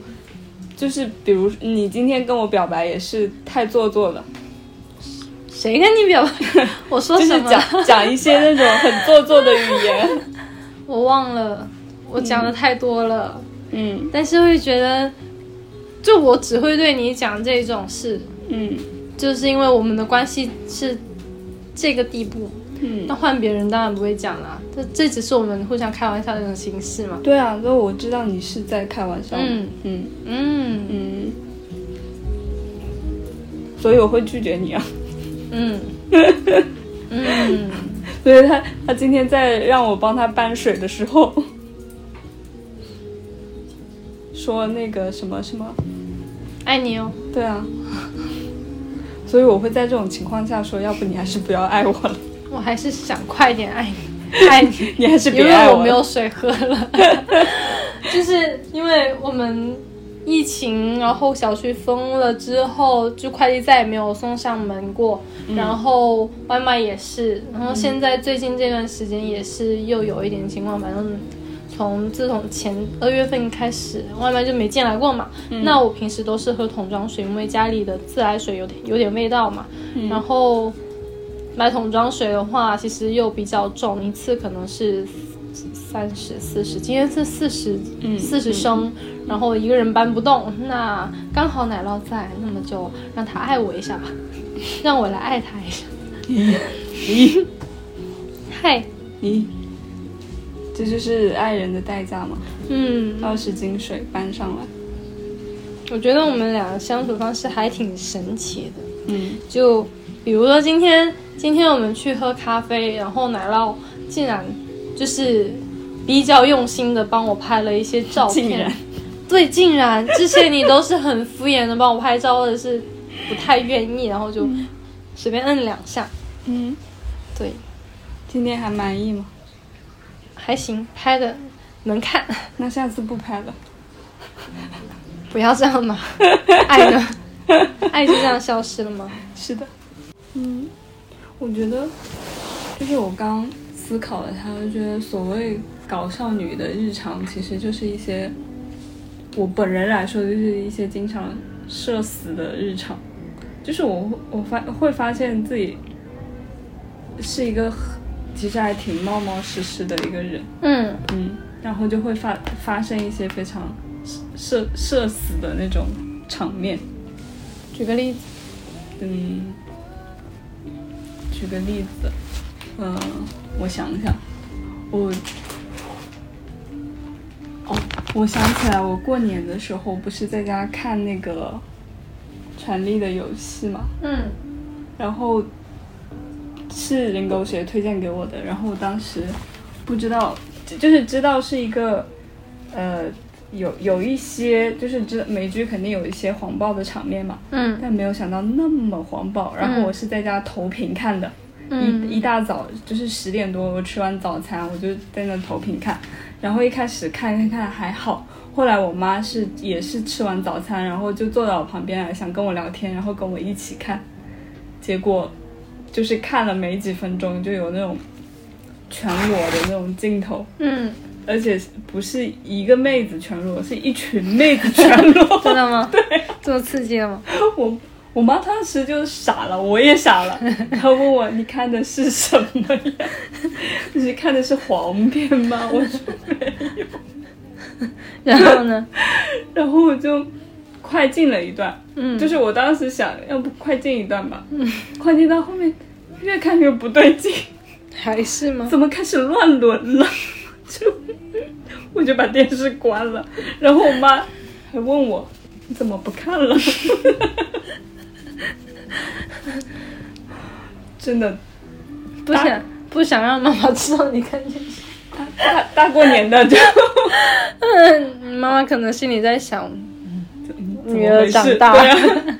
[SPEAKER 3] 就是，比如你今天跟我表白，也是太做作了。
[SPEAKER 2] 谁跟你表白？ 我说
[SPEAKER 3] 就
[SPEAKER 2] 什
[SPEAKER 3] 是
[SPEAKER 2] 么了？
[SPEAKER 3] 讲讲一些那种很做作的语言，
[SPEAKER 2] 我忘了，我讲的太多了。
[SPEAKER 3] 嗯，
[SPEAKER 2] 但是会觉得，就我只会对你讲这种事，
[SPEAKER 3] 嗯
[SPEAKER 2] 就是因为我们的关系是这个地步。
[SPEAKER 3] 嗯，
[SPEAKER 2] 那换别人当然不会讲啦，这这只是我们互相开玩笑的一种形式嘛。
[SPEAKER 3] 对啊，那我知道你是在开玩笑。
[SPEAKER 2] 嗯
[SPEAKER 3] 嗯
[SPEAKER 2] 嗯
[SPEAKER 3] 嗯，所以我会拒绝你啊。
[SPEAKER 2] 嗯嗯，
[SPEAKER 3] 所以他他今天在让我帮他搬水的时候， 说那个什么什么，
[SPEAKER 2] 爱你哦。
[SPEAKER 3] 对啊。所以我会在这种情况下说，要不你还是不要爱我了，
[SPEAKER 2] 我还是想快点爱你，爱你。
[SPEAKER 3] 你还是别
[SPEAKER 2] 因为
[SPEAKER 3] 爱
[SPEAKER 2] 我
[SPEAKER 3] 了。
[SPEAKER 2] 没有水喝 了，就是因为我们疫情，然后小区封了之后，就快递再也没有送上门过，
[SPEAKER 3] 嗯
[SPEAKER 2] 然后外卖也是，然后现在最近这段时间也是又有一点情况，反正。从自从前二月份开始，外卖就没进来过嘛。那我平时都是喝桶装水，因为家里的自来水有点有点味道嘛。然后买桶装水的话，其实又比较重，一次可能是三十四十，今天是四十四十升，然后一个人搬不动，那刚好奶酪在，那么就让他爱我一下吧，让我来爱他一下。
[SPEAKER 3] 咦
[SPEAKER 2] 嗨，
[SPEAKER 3] 咦，这就是爱人的代价嘛。
[SPEAKER 2] 嗯，
[SPEAKER 3] 二十斤水搬上来，
[SPEAKER 2] 我觉得我们俩相处方式还挺神奇的。
[SPEAKER 3] 嗯，
[SPEAKER 2] 就比如说今天，今天我们去喝咖啡，然后奶酪竟然就是比较用心的帮我拍了一些照
[SPEAKER 3] 竟
[SPEAKER 2] 片
[SPEAKER 3] 然。
[SPEAKER 2] 对，竟然之前你都是很敷衍的帮我拍照，或者是不太愿意，然后就随便摁两下。
[SPEAKER 3] 嗯，
[SPEAKER 2] 对，
[SPEAKER 3] 今天还满意吗？
[SPEAKER 2] 还行，拍的能看，
[SPEAKER 3] 那下次不拍了。
[SPEAKER 2] 不要这样 嘛。爱呢？爱就这样消失了吗？
[SPEAKER 3] 是的，嗯，我觉得就是我刚思考了一下，就觉得所谓搞笑女的日常，其实就是一些我本人来说，就是一些经常社死的日常，就是我会我发会发现自己是一个很其实还挺冒冒失失的一个人，
[SPEAKER 2] 嗯，
[SPEAKER 3] 嗯，然后就会发发生一些非常社社死的那种场面。
[SPEAKER 2] 举个例子，
[SPEAKER 3] 嗯，举个例子，嗯、我想想，我，哦，我想起来，我过年的时候不是在家看那个《权力的游戏》嘛，
[SPEAKER 2] 嗯
[SPEAKER 3] 然后是林狗血推荐给我的，然后我当时不知道，就就是知道是一个呃有有一些就是知美剧肯定有一些黄暴的场面嘛，
[SPEAKER 2] 嗯
[SPEAKER 3] 但没有想到那么黄暴。然后
[SPEAKER 2] 嗯
[SPEAKER 3] 我是在家投屏看的，
[SPEAKER 2] 嗯
[SPEAKER 3] 一一大早就是十点多，我吃完早餐我就在那投屏看。然后一开始看看看还好，后来我妈是也是吃完早餐，然后就坐到我旁边来想跟我聊天，然后跟我一起看。结果就是看了没几分钟，就有那种全裸的那种镜头，
[SPEAKER 2] 嗯，
[SPEAKER 3] 而且不是一个妹子全裸，是一群妹子全 裸。
[SPEAKER 2] 真的吗？对，这么刺激了吗？
[SPEAKER 3] 我我妈当时就傻了，我也傻了。她问我你看的是什么呀？ 你看的是黄片吗？ 我说没有。
[SPEAKER 2] 然后呢？
[SPEAKER 3] 然后我就快进了一段，
[SPEAKER 2] 嗯，
[SPEAKER 3] 就是我当时想要不快进一段吧，快进到后面越看越不对劲，
[SPEAKER 2] 还是吗？
[SPEAKER 3] 怎么开始乱伦了？ 就我就把电视关了，然后我妈还问我你怎么不看了？ 真的
[SPEAKER 2] 不想不想让妈妈知道你看电 视。
[SPEAKER 3] 大大过年 的就
[SPEAKER 2] 嗯，妈妈可能心里在想，
[SPEAKER 3] 女
[SPEAKER 2] 儿长大
[SPEAKER 3] 对啊、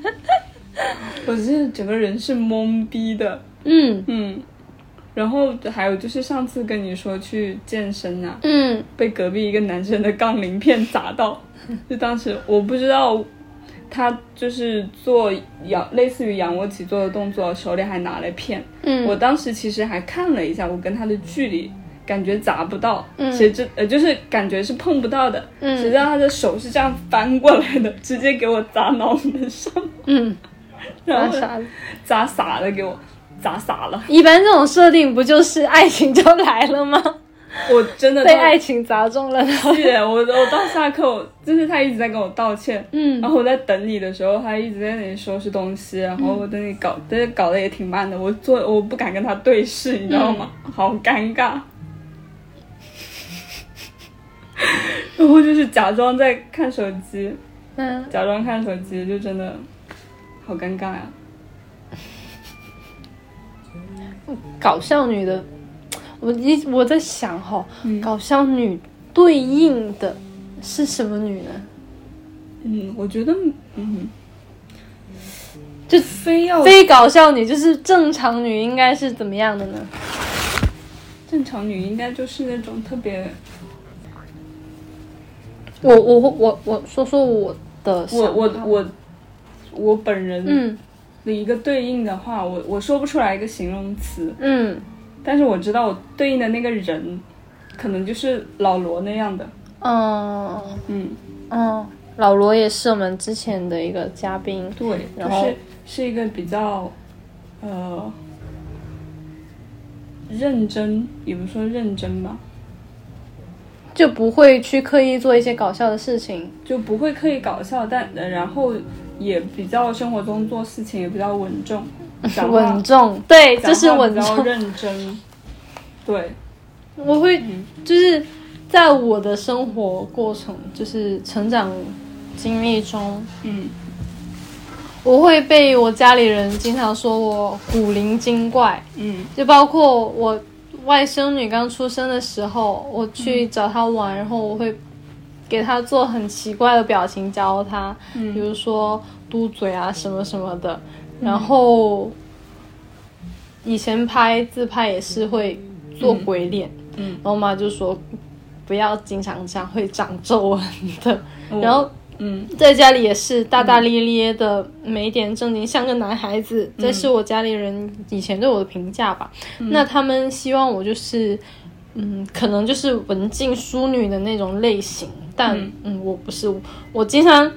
[SPEAKER 3] 我是整个人是懵逼的，
[SPEAKER 2] 嗯
[SPEAKER 3] 嗯。然后还有就是上次跟你说去健身啊，
[SPEAKER 2] 嗯
[SPEAKER 3] 被隔壁一个男生的杠铃片砸到， 就当时我不知道他就是做仰类似于仰卧起坐的动作，手里还拿了片。
[SPEAKER 2] 嗯，
[SPEAKER 3] 我当时其实还看了一下我跟他的距离，感觉砸不到，
[SPEAKER 2] 嗯
[SPEAKER 3] 谁知呃就是感觉是碰不到的，
[SPEAKER 2] 嗯
[SPEAKER 3] 谁知道他的手是这样翻过来的， 直接给我砸脑 门上，
[SPEAKER 2] 嗯，砸
[SPEAKER 3] 然后
[SPEAKER 2] 傻了。
[SPEAKER 3] 砸傻了，给我砸 傻了，
[SPEAKER 2] 一般这种设定不就是爱情就来了吗？
[SPEAKER 3] 我真的
[SPEAKER 2] 被
[SPEAKER 3] 到
[SPEAKER 2] 爱情砸中了，然后
[SPEAKER 3] 气了， 我我到下课，我就是他一直在跟我道歉，
[SPEAKER 2] 嗯
[SPEAKER 3] 然后我在等你的时候，他一直在那里收拾东西，然后我在那里搞，但是搞得也挺慢的，我做我不敢跟他对视，你知道吗？
[SPEAKER 2] 嗯
[SPEAKER 3] 好尴尬。 然后就是假装在看手机，
[SPEAKER 2] 嗯，
[SPEAKER 3] 假装看手机，就真的好尴尬呀、
[SPEAKER 2] 搞笑女的，我一我在想哈、
[SPEAKER 3] 嗯
[SPEAKER 2] 搞笑女对应的是什么女呢？
[SPEAKER 3] 嗯，我觉得，嗯，
[SPEAKER 2] 就
[SPEAKER 3] 非要
[SPEAKER 2] 非搞笑女就是正常女应该是怎么样的呢？
[SPEAKER 3] 正常女应该就是那种特别，
[SPEAKER 2] 我我我我说说我的想
[SPEAKER 3] 我
[SPEAKER 2] 法
[SPEAKER 3] 我我我本人
[SPEAKER 2] 嗯
[SPEAKER 3] 的一个对应的话，我我说不出来一个形容词，
[SPEAKER 2] 嗯
[SPEAKER 3] 但是我知道我对应的那个人，可能就是老罗那样的。
[SPEAKER 2] 嗯
[SPEAKER 3] 嗯，
[SPEAKER 2] 嗯，老罗也是我们之前的一个嘉宾，
[SPEAKER 3] 对，就
[SPEAKER 2] 然后
[SPEAKER 3] 是是一个比较，呃，认真，也不说认真吧，
[SPEAKER 2] 就不会去刻意做一些搞笑的事情。
[SPEAKER 3] 就不会刻意搞笑，但呃然后也比较生活中做事情也比较稳 重，讲话
[SPEAKER 2] 稳重，对，
[SPEAKER 3] 讲
[SPEAKER 2] 就是
[SPEAKER 3] 话
[SPEAKER 2] 稳
[SPEAKER 3] 比较
[SPEAKER 2] 重。
[SPEAKER 3] 认真，对。
[SPEAKER 2] 我会
[SPEAKER 3] 嗯
[SPEAKER 2] 就是在我的生活过程，就是成长经历中，
[SPEAKER 3] 嗯
[SPEAKER 2] 我会被我家里人经常说我古灵精怪，
[SPEAKER 3] 嗯
[SPEAKER 2] 就包括我外甥女刚出生的时候，我去
[SPEAKER 3] 嗯
[SPEAKER 2] 找她玩，然后我会给她做很奇怪的表情教她，
[SPEAKER 3] 嗯
[SPEAKER 2] 比如说嘟嘴啊什么什么的。然后以前拍自拍也是会做鬼脸，
[SPEAKER 3] 嗯
[SPEAKER 2] 然后我妈就说不要经常这样会长皱纹的。然后
[SPEAKER 3] 嗯
[SPEAKER 2] 在家里也是大大咧咧的，没一点正经，像个男孩子。这是我家里人以前对我的评价吧。那他们希望我就是，嗯，可能就是文静淑女的那种类型，但嗯
[SPEAKER 3] 嗯
[SPEAKER 2] 我不是，我经常。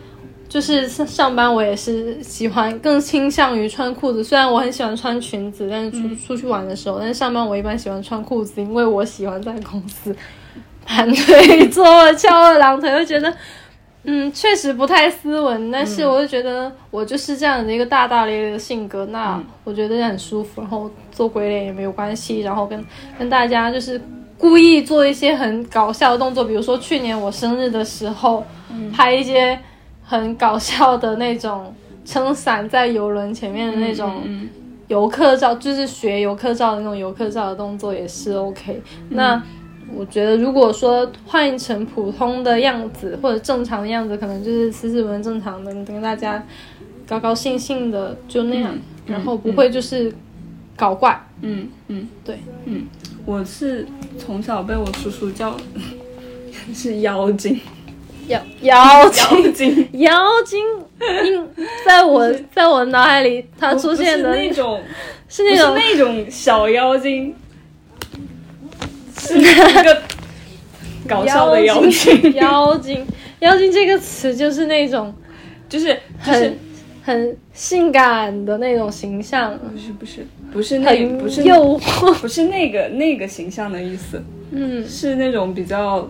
[SPEAKER 2] 就是上上班，我也是喜欢更倾向于穿裤子。虽然我很喜欢穿裙子，但是出、出去玩的时候，但是上班我一般喜欢穿裤子，因为我喜欢在公司 盘腿坐卧、翘二郎腿，会觉得嗯，确实不太斯文，但是
[SPEAKER 3] 嗯
[SPEAKER 2] 我就觉得我就是这样的一个大大咧咧的性格，那
[SPEAKER 3] 嗯
[SPEAKER 2] 我觉得很舒服，然后做鬼脸也没有关系，然后跟跟大家就是故意做一些很搞笑的动作，比如说去年我生日的时候，
[SPEAKER 3] 嗯
[SPEAKER 2] 拍一些很搞笑的那种撑伞在游轮前面的那种
[SPEAKER 3] 嗯
[SPEAKER 2] 游客照，就是学游客照的那种游客照的动作也是 OK。那我觉得，如果说换成普通的样子或者正常的样子，可能就是斯斯文文正常的，跟大家高高兴兴的就那样，然后不会就是搞怪。
[SPEAKER 3] 嗯嗯，
[SPEAKER 2] 对，
[SPEAKER 3] 嗯，我是从小被我叔叔叫 是妖精，嗯
[SPEAKER 2] 妖妖精，
[SPEAKER 3] 妖精。
[SPEAKER 2] 妖精，应在我在我脑海里，它出现的
[SPEAKER 3] 不是那 种，
[SPEAKER 2] 是
[SPEAKER 3] 不
[SPEAKER 2] 那
[SPEAKER 3] 是
[SPEAKER 2] 种
[SPEAKER 3] 那种小 妖精，是一个搞笑的妖精，
[SPEAKER 2] 妖精，妖精这个词就是那种
[SPEAKER 3] 就是就是
[SPEAKER 2] 很很性感的那种形象，
[SPEAKER 3] 不是不是不是那
[SPEAKER 2] 很
[SPEAKER 3] 不是
[SPEAKER 2] 诱惑。
[SPEAKER 3] 不是那个那个形象的意思，
[SPEAKER 2] 嗯
[SPEAKER 3] 是那种比较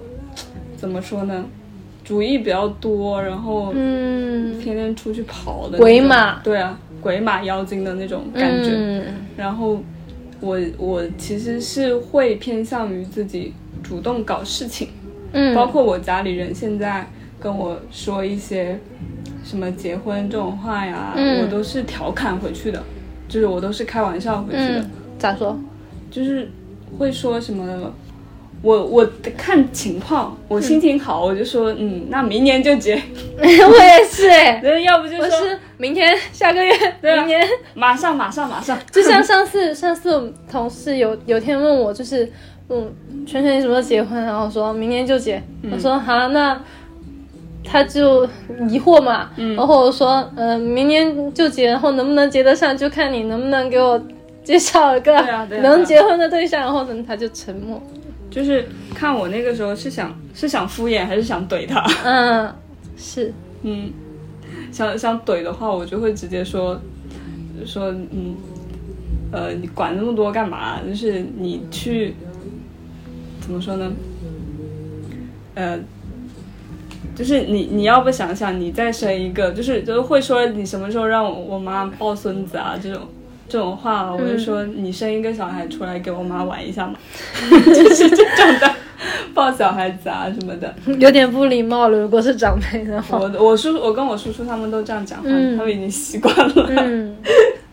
[SPEAKER 3] 怎么说呢，主意比较多，然后
[SPEAKER 2] 嗯，
[SPEAKER 3] 天天出去跑的那种
[SPEAKER 2] 鬼马
[SPEAKER 3] 对啊，鬼马妖精的那种感觉。
[SPEAKER 2] 嗯
[SPEAKER 3] 然后我我其实是会偏向于自己主动搞事情，
[SPEAKER 2] 嗯，
[SPEAKER 3] 包括我家里人现在跟我说一些什么结婚这种话呀，
[SPEAKER 2] 嗯
[SPEAKER 3] 我都是调侃回去的，就是我都是开玩笑 回去的，
[SPEAKER 2] 嗯，咋说？
[SPEAKER 3] 就是会说什么。我我看情况，我心情好，我就说嗯，那明年就结，
[SPEAKER 2] 我也是哎，
[SPEAKER 3] 然后要不
[SPEAKER 2] 嗯
[SPEAKER 3] 就
[SPEAKER 2] 我
[SPEAKER 3] 说
[SPEAKER 2] 是明天下个月，
[SPEAKER 3] 对啊
[SPEAKER 2] 明年。
[SPEAKER 3] 马上马上马上，
[SPEAKER 2] 就像上次， 上次我们同事有有天问我，就是，嗯，圈圈你什么时候结婚？然后我说明年就结。
[SPEAKER 3] 嗯
[SPEAKER 2] 我说好，那他就疑惑嘛。
[SPEAKER 3] 嗯
[SPEAKER 2] 然后我说，呃，明年就结，然后能不能结得上，就看你能不能给我介绍一个
[SPEAKER 3] 对啊对啊
[SPEAKER 2] 能结婚的对象。然后呢，他就沉默。
[SPEAKER 3] 就是看我那个时候是想是想敷衍还是想怼他。
[SPEAKER 2] 嗯， 是，
[SPEAKER 3] 嗯，想想怼的话，我就会直接说说嗯，呃，你管那么多干嘛？就是你去怎么说呢？呃，就是你你要不想想，你再生一个，就是就是会说你什么时候让我我妈抱孙子啊这种。这种话，我就说你生一个小孩出来给我妈玩一下嘛，就是这种的，抱小孩子啊什么的。
[SPEAKER 2] 有点不礼貌了。如果是长辈的话，
[SPEAKER 3] 我 我叔我跟我叔叔他们都这样讲话，
[SPEAKER 2] 嗯
[SPEAKER 3] 他们已经习惯了。
[SPEAKER 2] 嗯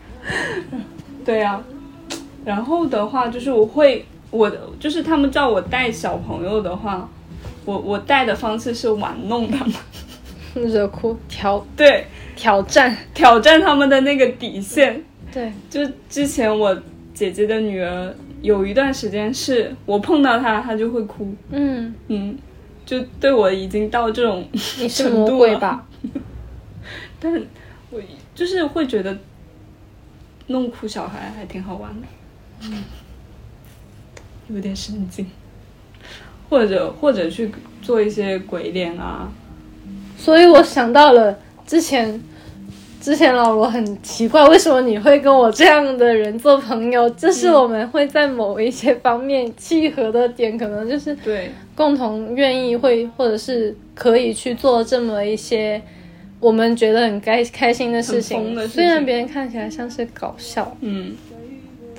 [SPEAKER 3] 对呀、然后的话就是我会我的就是他们叫我带小朋友的话，我我带的方式是玩弄他们，
[SPEAKER 2] 惹哭挑
[SPEAKER 3] 对，
[SPEAKER 2] 挑战，
[SPEAKER 3] 挑战他们的那个底线。
[SPEAKER 2] 对，
[SPEAKER 3] 就之前我姐姐的女儿有一段时间是我碰到她，她就会哭，
[SPEAKER 2] 嗯，
[SPEAKER 3] 嗯，就对我已经到这种
[SPEAKER 2] 你是
[SPEAKER 3] 程度
[SPEAKER 2] 魔鬼
[SPEAKER 3] 了
[SPEAKER 2] 吧？
[SPEAKER 3] 但是我就是会觉得弄哭小孩还挺好玩的，有点神经，或者或者去做一些鬼脸啊，
[SPEAKER 2] 所以我想到了之前，之前老罗很奇怪，为什么你会跟我这样的人做朋友？就是我们会在某一些方面契合的点，可能就是
[SPEAKER 3] 对，
[SPEAKER 2] 共同愿意会，或者是可以去做这么一些我们觉得很开开心的事
[SPEAKER 3] 很
[SPEAKER 2] 情
[SPEAKER 3] 疯的事情
[SPEAKER 2] 虽然别人看起来像是搞笑，
[SPEAKER 3] 嗯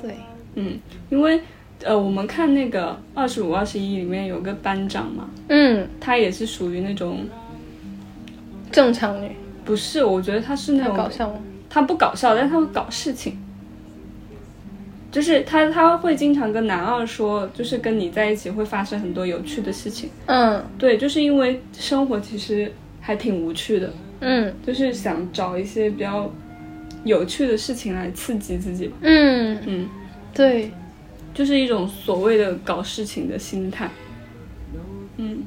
[SPEAKER 2] 对，
[SPEAKER 3] 嗯，因为呃，我们看那个二十五、二十一里面有个班长嘛，
[SPEAKER 2] 嗯，
[SPEAKER 3] 她也是属于那种，
[SPEAKER 2] 正常女，
[SPEAKER 3] 不是，我觉得她是那
[SPEAKER 2] 太
[SPEAKER 3] 种
[SPEAKER 2] 搞笑了。
[SPEAKER 3] 他不搞笑，但他会搞事情。就是他他会经常跟男二说，就是跟你在一起会发生很多有趣的事情。
[SPEAKER 2] 嗯
[SPEAKER 3] 对，就是因为生活其实还挺无趣的，
[SPEAKER 2] 嗯
[SPEAKER 3] 就是想找一些比较有趣的事情来刺激自己吧。
[SPEAKER 2] 嗯，
[SPEAKER 3] 嗯，
[SPEAKER 2] 对，
[SPEAKER 3] 就是一种所谓的搞事情的心态。嗯，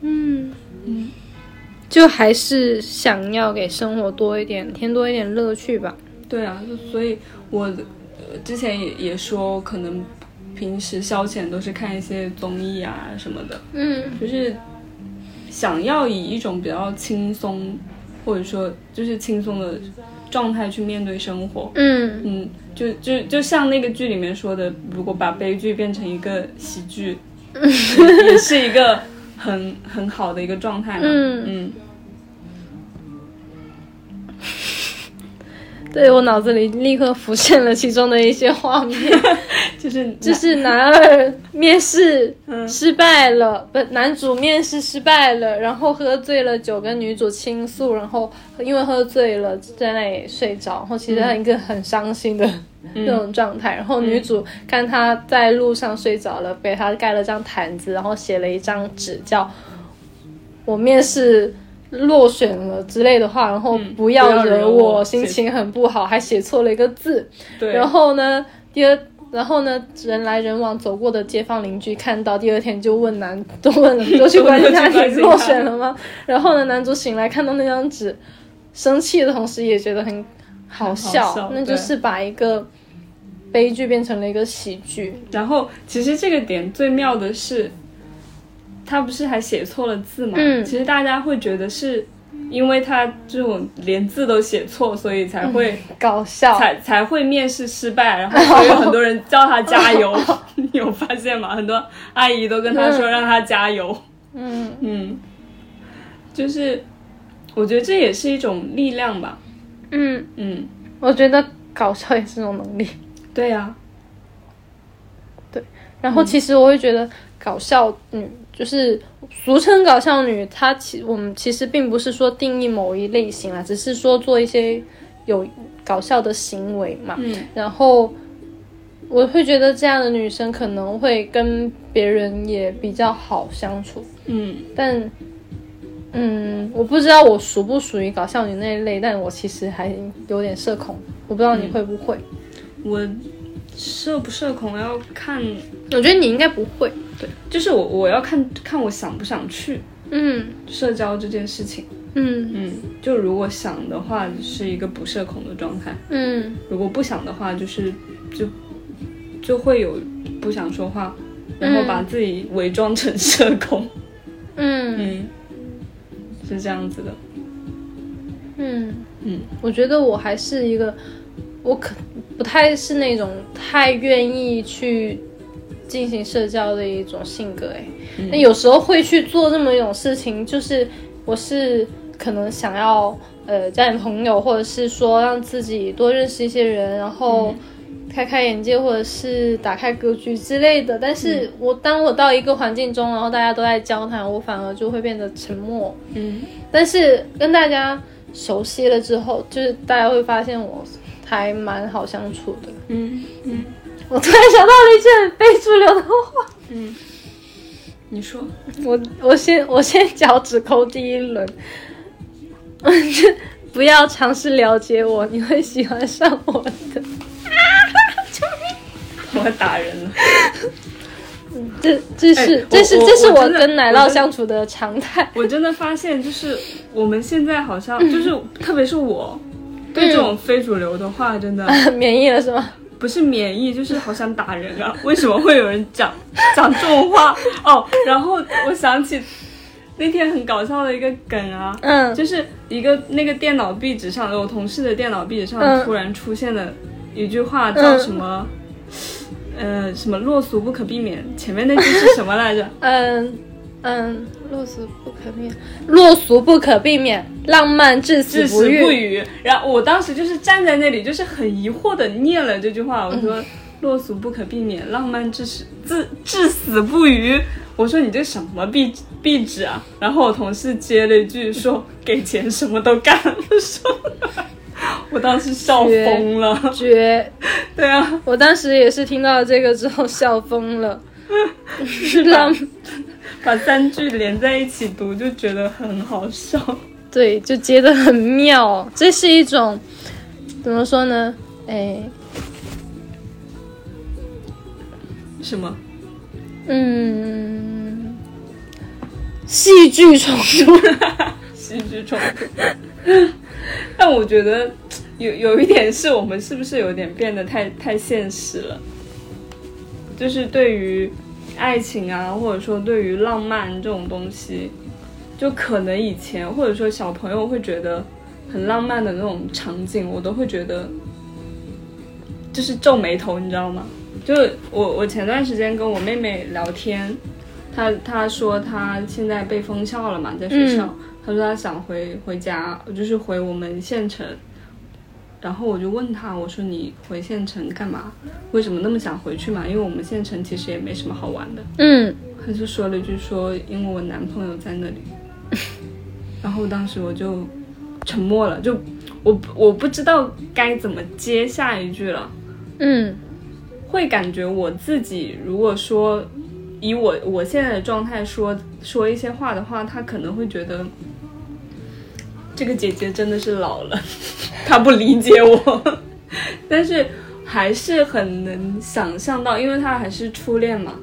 [SPEAKER 2] 嗯嗯，就还是想要给生活多一点，添多一点乐趣吧。
[SPEAKER 3] 对啊，就所以我呃之前也也说，可能平时消遣都是看一些综艺啊什么的。
[SPEAKER 2] 嗯
[SPEAKER 3] 就是想要以一种比较轻松，或者说就是轻松的状态去面对生活。
[SPEAKER 2] 嗯
[SPEAKER 3] 嗯，就就就像那个剧里面说的，如果把悲剧变成一个喜 剧，
[SPEAKER 2] 嗯
[SPEAKER 3] 也是一个很很好的一个状态嘛。
[SPEAKER 2] 嗯
[SPEAKER 3] 嗯，
[SPEAKER 2] 对我脑子里立刻浮现了其中的一些画面，
[SPEAKER 3] 就是
[SPEAKER 2] 就是男二面试
[SPEAKER 3] 嗯
[SPEAKER 2] 失败了，不，男主面试失败了，然后喝醉了酒跟女主倾诉，然后因为喝醉了在那里睡着，然后其实
[SPEAKER 3] 嗯
[SPEAKER 2] 他一个很伤心的那种状态。然后女主看他在路上睡着了，给他盖了张毯子，然后写了一张纸叫“我面试”。落选了之类的话，然后
[SPEAKER 3] 嗯
[SPEAKER 2] 不
[SPEAKER 3] 不要
[SPEAKER 2] 要
[SPEAKER 3] 惹
[SPEAKER 2] 惹
[SPEAKER 3] 我
[SPEAKER 2] 我，心
[SPEAKER 3] 谢谢
[SPEAKER 2] 情很不好，还写错了一个字。
[SPEAKER 3] 对，
[SPEAKER 2] 然后呢，第二，然后呢，人来人往走过的街坊邻居看到，第二天就问男，都问了，都去关心他
[SPEAKER 3] 都去关
[SPEAKER 2] 你
[SPEAKER 3] 心他
[SPEAKER 2] 落选了 吗？然后呢，男主醒来看到那张纸，生气的同时也觉得很好笑，
[SPEAKER 3] 笑
[SPEAKER 2] 那就
[SPEAKER 3] 对
[SPEAKER 2] 是把一个悲剧变成了一个喜剧。
[SPEAKER 3] 然后其实这个点最妙的是，他不是还写错了字吗？
[SPEAKER 2] 嗯
[SPEAKER 3] 其实大家会觉得是因为他这种连字都写错，所以才会、
[SPEAKER 2] 搞笑，
[SPEAKER 3] 才才会面试失败，然后所以有很多人叫他加 油，你有发现吗？很多阿姨都跟他说
[SPEAKER 2] 嗯
[SPEAKER 3] 让他加油，
[SPEAKER 2] 嗯
[SPEAKER 3] 嗯，就是我觉得这也是一种力量吧，
[SPEAKER 2] 嗯，
[SPEAKER 3] 嗯，
[SPEAKER 2] 我觉得搞笑也是一种能力。
[SPEAKER 3] 对啊呀、
[SPEAKER 2] 然后其实我会觉得搞笑女就是俗称搞笑女，她其我们其实并不是说定义某一类型啦，只是说做一些有搞笑的行为嘛。
[SPEAKER 3] 嗯
[SPEAKER 2] 然后我会觉得这样的女生可能会跟别人也比较好相处，
[SPEAKER 3] 嗯，
[SPEAKER 2] 但。嗯，我不知道我属不属于搞笑女那一类，但我其实还有点社恐，我不知道你会不会。
[SPEAKER 3] 我社不社恐要看，
[SPEAKER 2] 我觉得你应该不会。
[SPEAKER 3] 就是我我要看看我想不想去
[SPEAKER 2] 嗯
[SPEAKER 3] 社交这件事情，
[SPEAKER 2] 嗯
[SPEAKER 3] 嗯，就如果想的话是一个不社恐的状态，
[SPEAKER 2] 嗯
[SPEAKER 3] 如果不想的话，就是就就会有不想说话，然后把自己伪装成 社恐，
[SPEAKER 2] 嗯
[SPEAKER 3] 嗯，是这样子的，
[SPEAKER 2] 嗯，
[SPEAKER 3] 嗯
[SPEAKER 2] 嗯，我觉得我还是一个，我可不太是那种太愿意去进行社交的一种性格哎。那、有时候会去做这么一种事情，就是我是可能想要呃交点朋友，或者是说让自己多认识一些人，然后。开开眼界，或者是打开格局之类的，但是我当我到一个环境中，然后大家都在交谈，我反而就会变得沉默，
[SPEAKER 3] 嗯
[SPEAKER 2] 但是跟大家熟悉了之后，就是大家会发现我还蛮好相处的。
[SPEAKER 3] 嗯嗯
[SPEAKER 2] 我突然想到了一句很非主流的话，
[SPEAKER 3] 嗯，你说，
[SPEAKER 2] 我我先我先脚趾抠第一轮， 不要尝试了解我，你会喜欢上我的。
[SPEAKER 3] 我要打人了，
[SPEAKER 2] 这这是、
[SPEAKER 3] 哎
[SPEAKER 2] 这是
[SPEAKER 3] 我我
[SPEAKER 2] 这是
[SPEAKER 3] 我
[SPEAKER 2] 我
[SPEAKER 3] 真的
[SPEAKER 2] 跟奶
[SPEAKER 3] 我真
[SPEAKER 2] 酪
[SPEAKER 3] 的
[SPEAKER 2] 相处的常态。
[SPEAKER 3] 我真的发现就是我们现在好
[SPEAKER 2] 嗯
[SPEAKER 3] 像就是特别是我。对这种非主流的话，真的
[SPEAKER 2] 免疫了是吗？
[SPEAKER 3] 不是免疫，就是好想打人啊！ 为什么会有人讲 讲这种话？哦，然后我想起那天很搞笑的一个梗啊，
[SPEAKER 2] 嗯
[SPEAKER 3] 就是一个那个电脑壁纸上，我同事的电脑壁纸上
[SPEAKER 2] 嗯
[SPEAKER 3] 突然出现了一句话，
[SPEAKER 2] 嗯
[SPEAKER 3] 叫什么？呃，什么落俗不可避免？前面那句是什么来着？
[SPEAKER 2] 嗯嗯，落俗不可避免，落俗不可避免，浪漫至死
[SPEAKER 3] 至死
[SPEAKER 2] 不
[SPEAKER 3] 不渝。然后我当时就是站在那里，就是很疑惑的念了这句话，我说落俗不可避免，浪漫至死至至死不渝。我说你这什么壁壁纸啊？然后我同事接了一句说给钱什么都干，说，我当时笑疯了。
[SPEAKER 2] 绝！
[SPEAKER 3] 对啊，
[SPEAKER 2] 我当时也是听到这个之后笑疯 了，是浪，
[SPEAKER 3] 把三句连在一起读就觉得很好笑。
[SPEAKER 2] 对，就接的很妙。这是一种怎么说呢？哎，
[SPEAKER 3] 什么？
[SPEAKER 2] 嗯，戏剧冲突。
[SPEAKER 3] 戏剧冲突。 但我觉得有有一点是我们是不是有点变得太太现实了？就是对于爱情啊，或者说对于浪漫这种东西，就可能以前或者说小朋友会觉得很浪漫的那种场景，我都会觉得就是皱眉头，你知道吗？就是我我前段时间跟我妹妹聊天，她她说她现在被封校了嘛，在学校，她说她想回回家，就是回我们县城。然后我就问她，我说你回县城干嘛？为什么那么想回去嘛？因为我们县城其实也没什么好玩的。
[SPEAKER 2] 嗯，
[SPEAKER 3] 她就说了一句说，因为我男朋友在那里。然后当时我就沉默了，就我我不知道该怎么接下一句了。
[SPEAKER 2] 嗯，
[SPEAKER 3] 会感觉我自己如果说以我我现在的状态说说一些话的话，他可能会觉得这个姐姐真的是老了， 她不理解我， 但是还是很能想象到，因为她还是初恋嘛，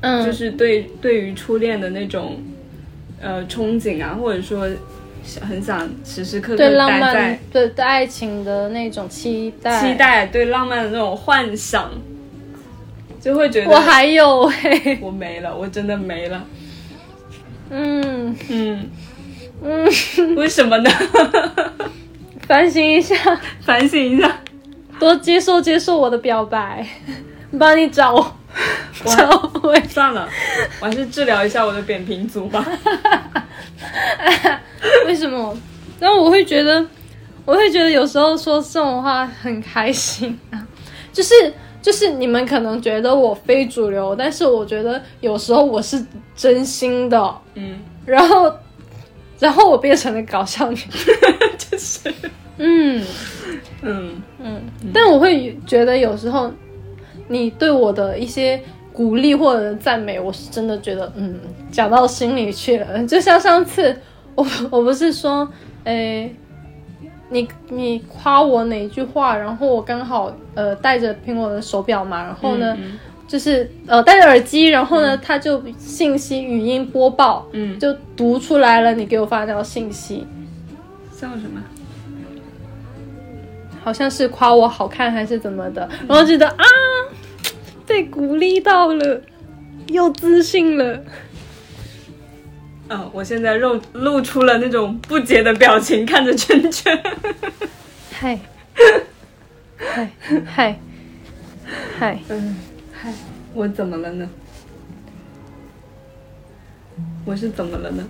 [SPEAKER 2] 嗯，
[SPEAKER 3] 就是对对于初恋的那种呃憧憬啊，或者说想很想时时刻刻
[SPEAKER 2] 对
[SPEAKER 3] 待
[SPEAKER 2] 浪
[SPEAKER 3] 在
[SPEAKER 2] 漫、对对爱情的那种期待。
[SPEAKER 3] 期。待对浪漫的那种幻想，就会觉得
[SPEAKER 2] 我还有嘿、
[SPEAKER 3] 我没了，我真的没了。
[SPEAKER 2] 嗯
[SPEAKER 3] 嗯，
[SPEAKER 2] 嗯，
[SPEAKER 3] 为什么呢？
[SPEAKER 2] 反省一下，
[SPEAKER 3] 反省一下，
[SPEAKER 2] 多接受接受我的表白， 帮你 找找回。
[SPEAKER 3] 算了，我还是治疗一下我的扁平足 吧。
[SPEAKER 2] 为什么？然后我会觉得，我会觉得有时候说这种话很开心啊，就是就是你们可能觉得我非主流，但是我觉得有时候我是真心的，
[SPEAKER 3] 嗯，
[SPEAKER 2] 然后然后我变成了搞笑女，
[SPEAKER 3] 就是，
[SPEAKER 2] 嗯
[SPEAKER 3] 嗯
[SPEAKER 2] 嗯，但我会觉得有时候你对我的一些。鼓励或者赞美，我是真的觉得，嗯，讲到心里去了。就像上次，我 我不是说，诶，你你夸我哪一句话，然后我刚好呃戴着苹果的手表嘛，然后呢，
[SPEAKER 3] 嗯
[SPEAKER 2] 就是呃戴着耳机，然后呢，它就信息语音播报，
[SPEAKER 3] 嗯，
[SPEAKER 2] 就读出来了你给我发那条信息，
[SPEAKER 3] 笑什么？
[SPEAKER 2] 好像是夸我好看还是怎么的，
[SPEAKER 3] 嗯
[SPEAKER 2] 然后觉得啊，被鼓励到了，又自信了。
[SPEAKER 3] 嗯、我现在露露出了那种不解的表情，看着圈圈。
[SPEAKER 2] 嗨，嗨，嗨，嗨，
[SPEAKER 3] 嗯，嗨，我怎么了呢？我是怎么了呢？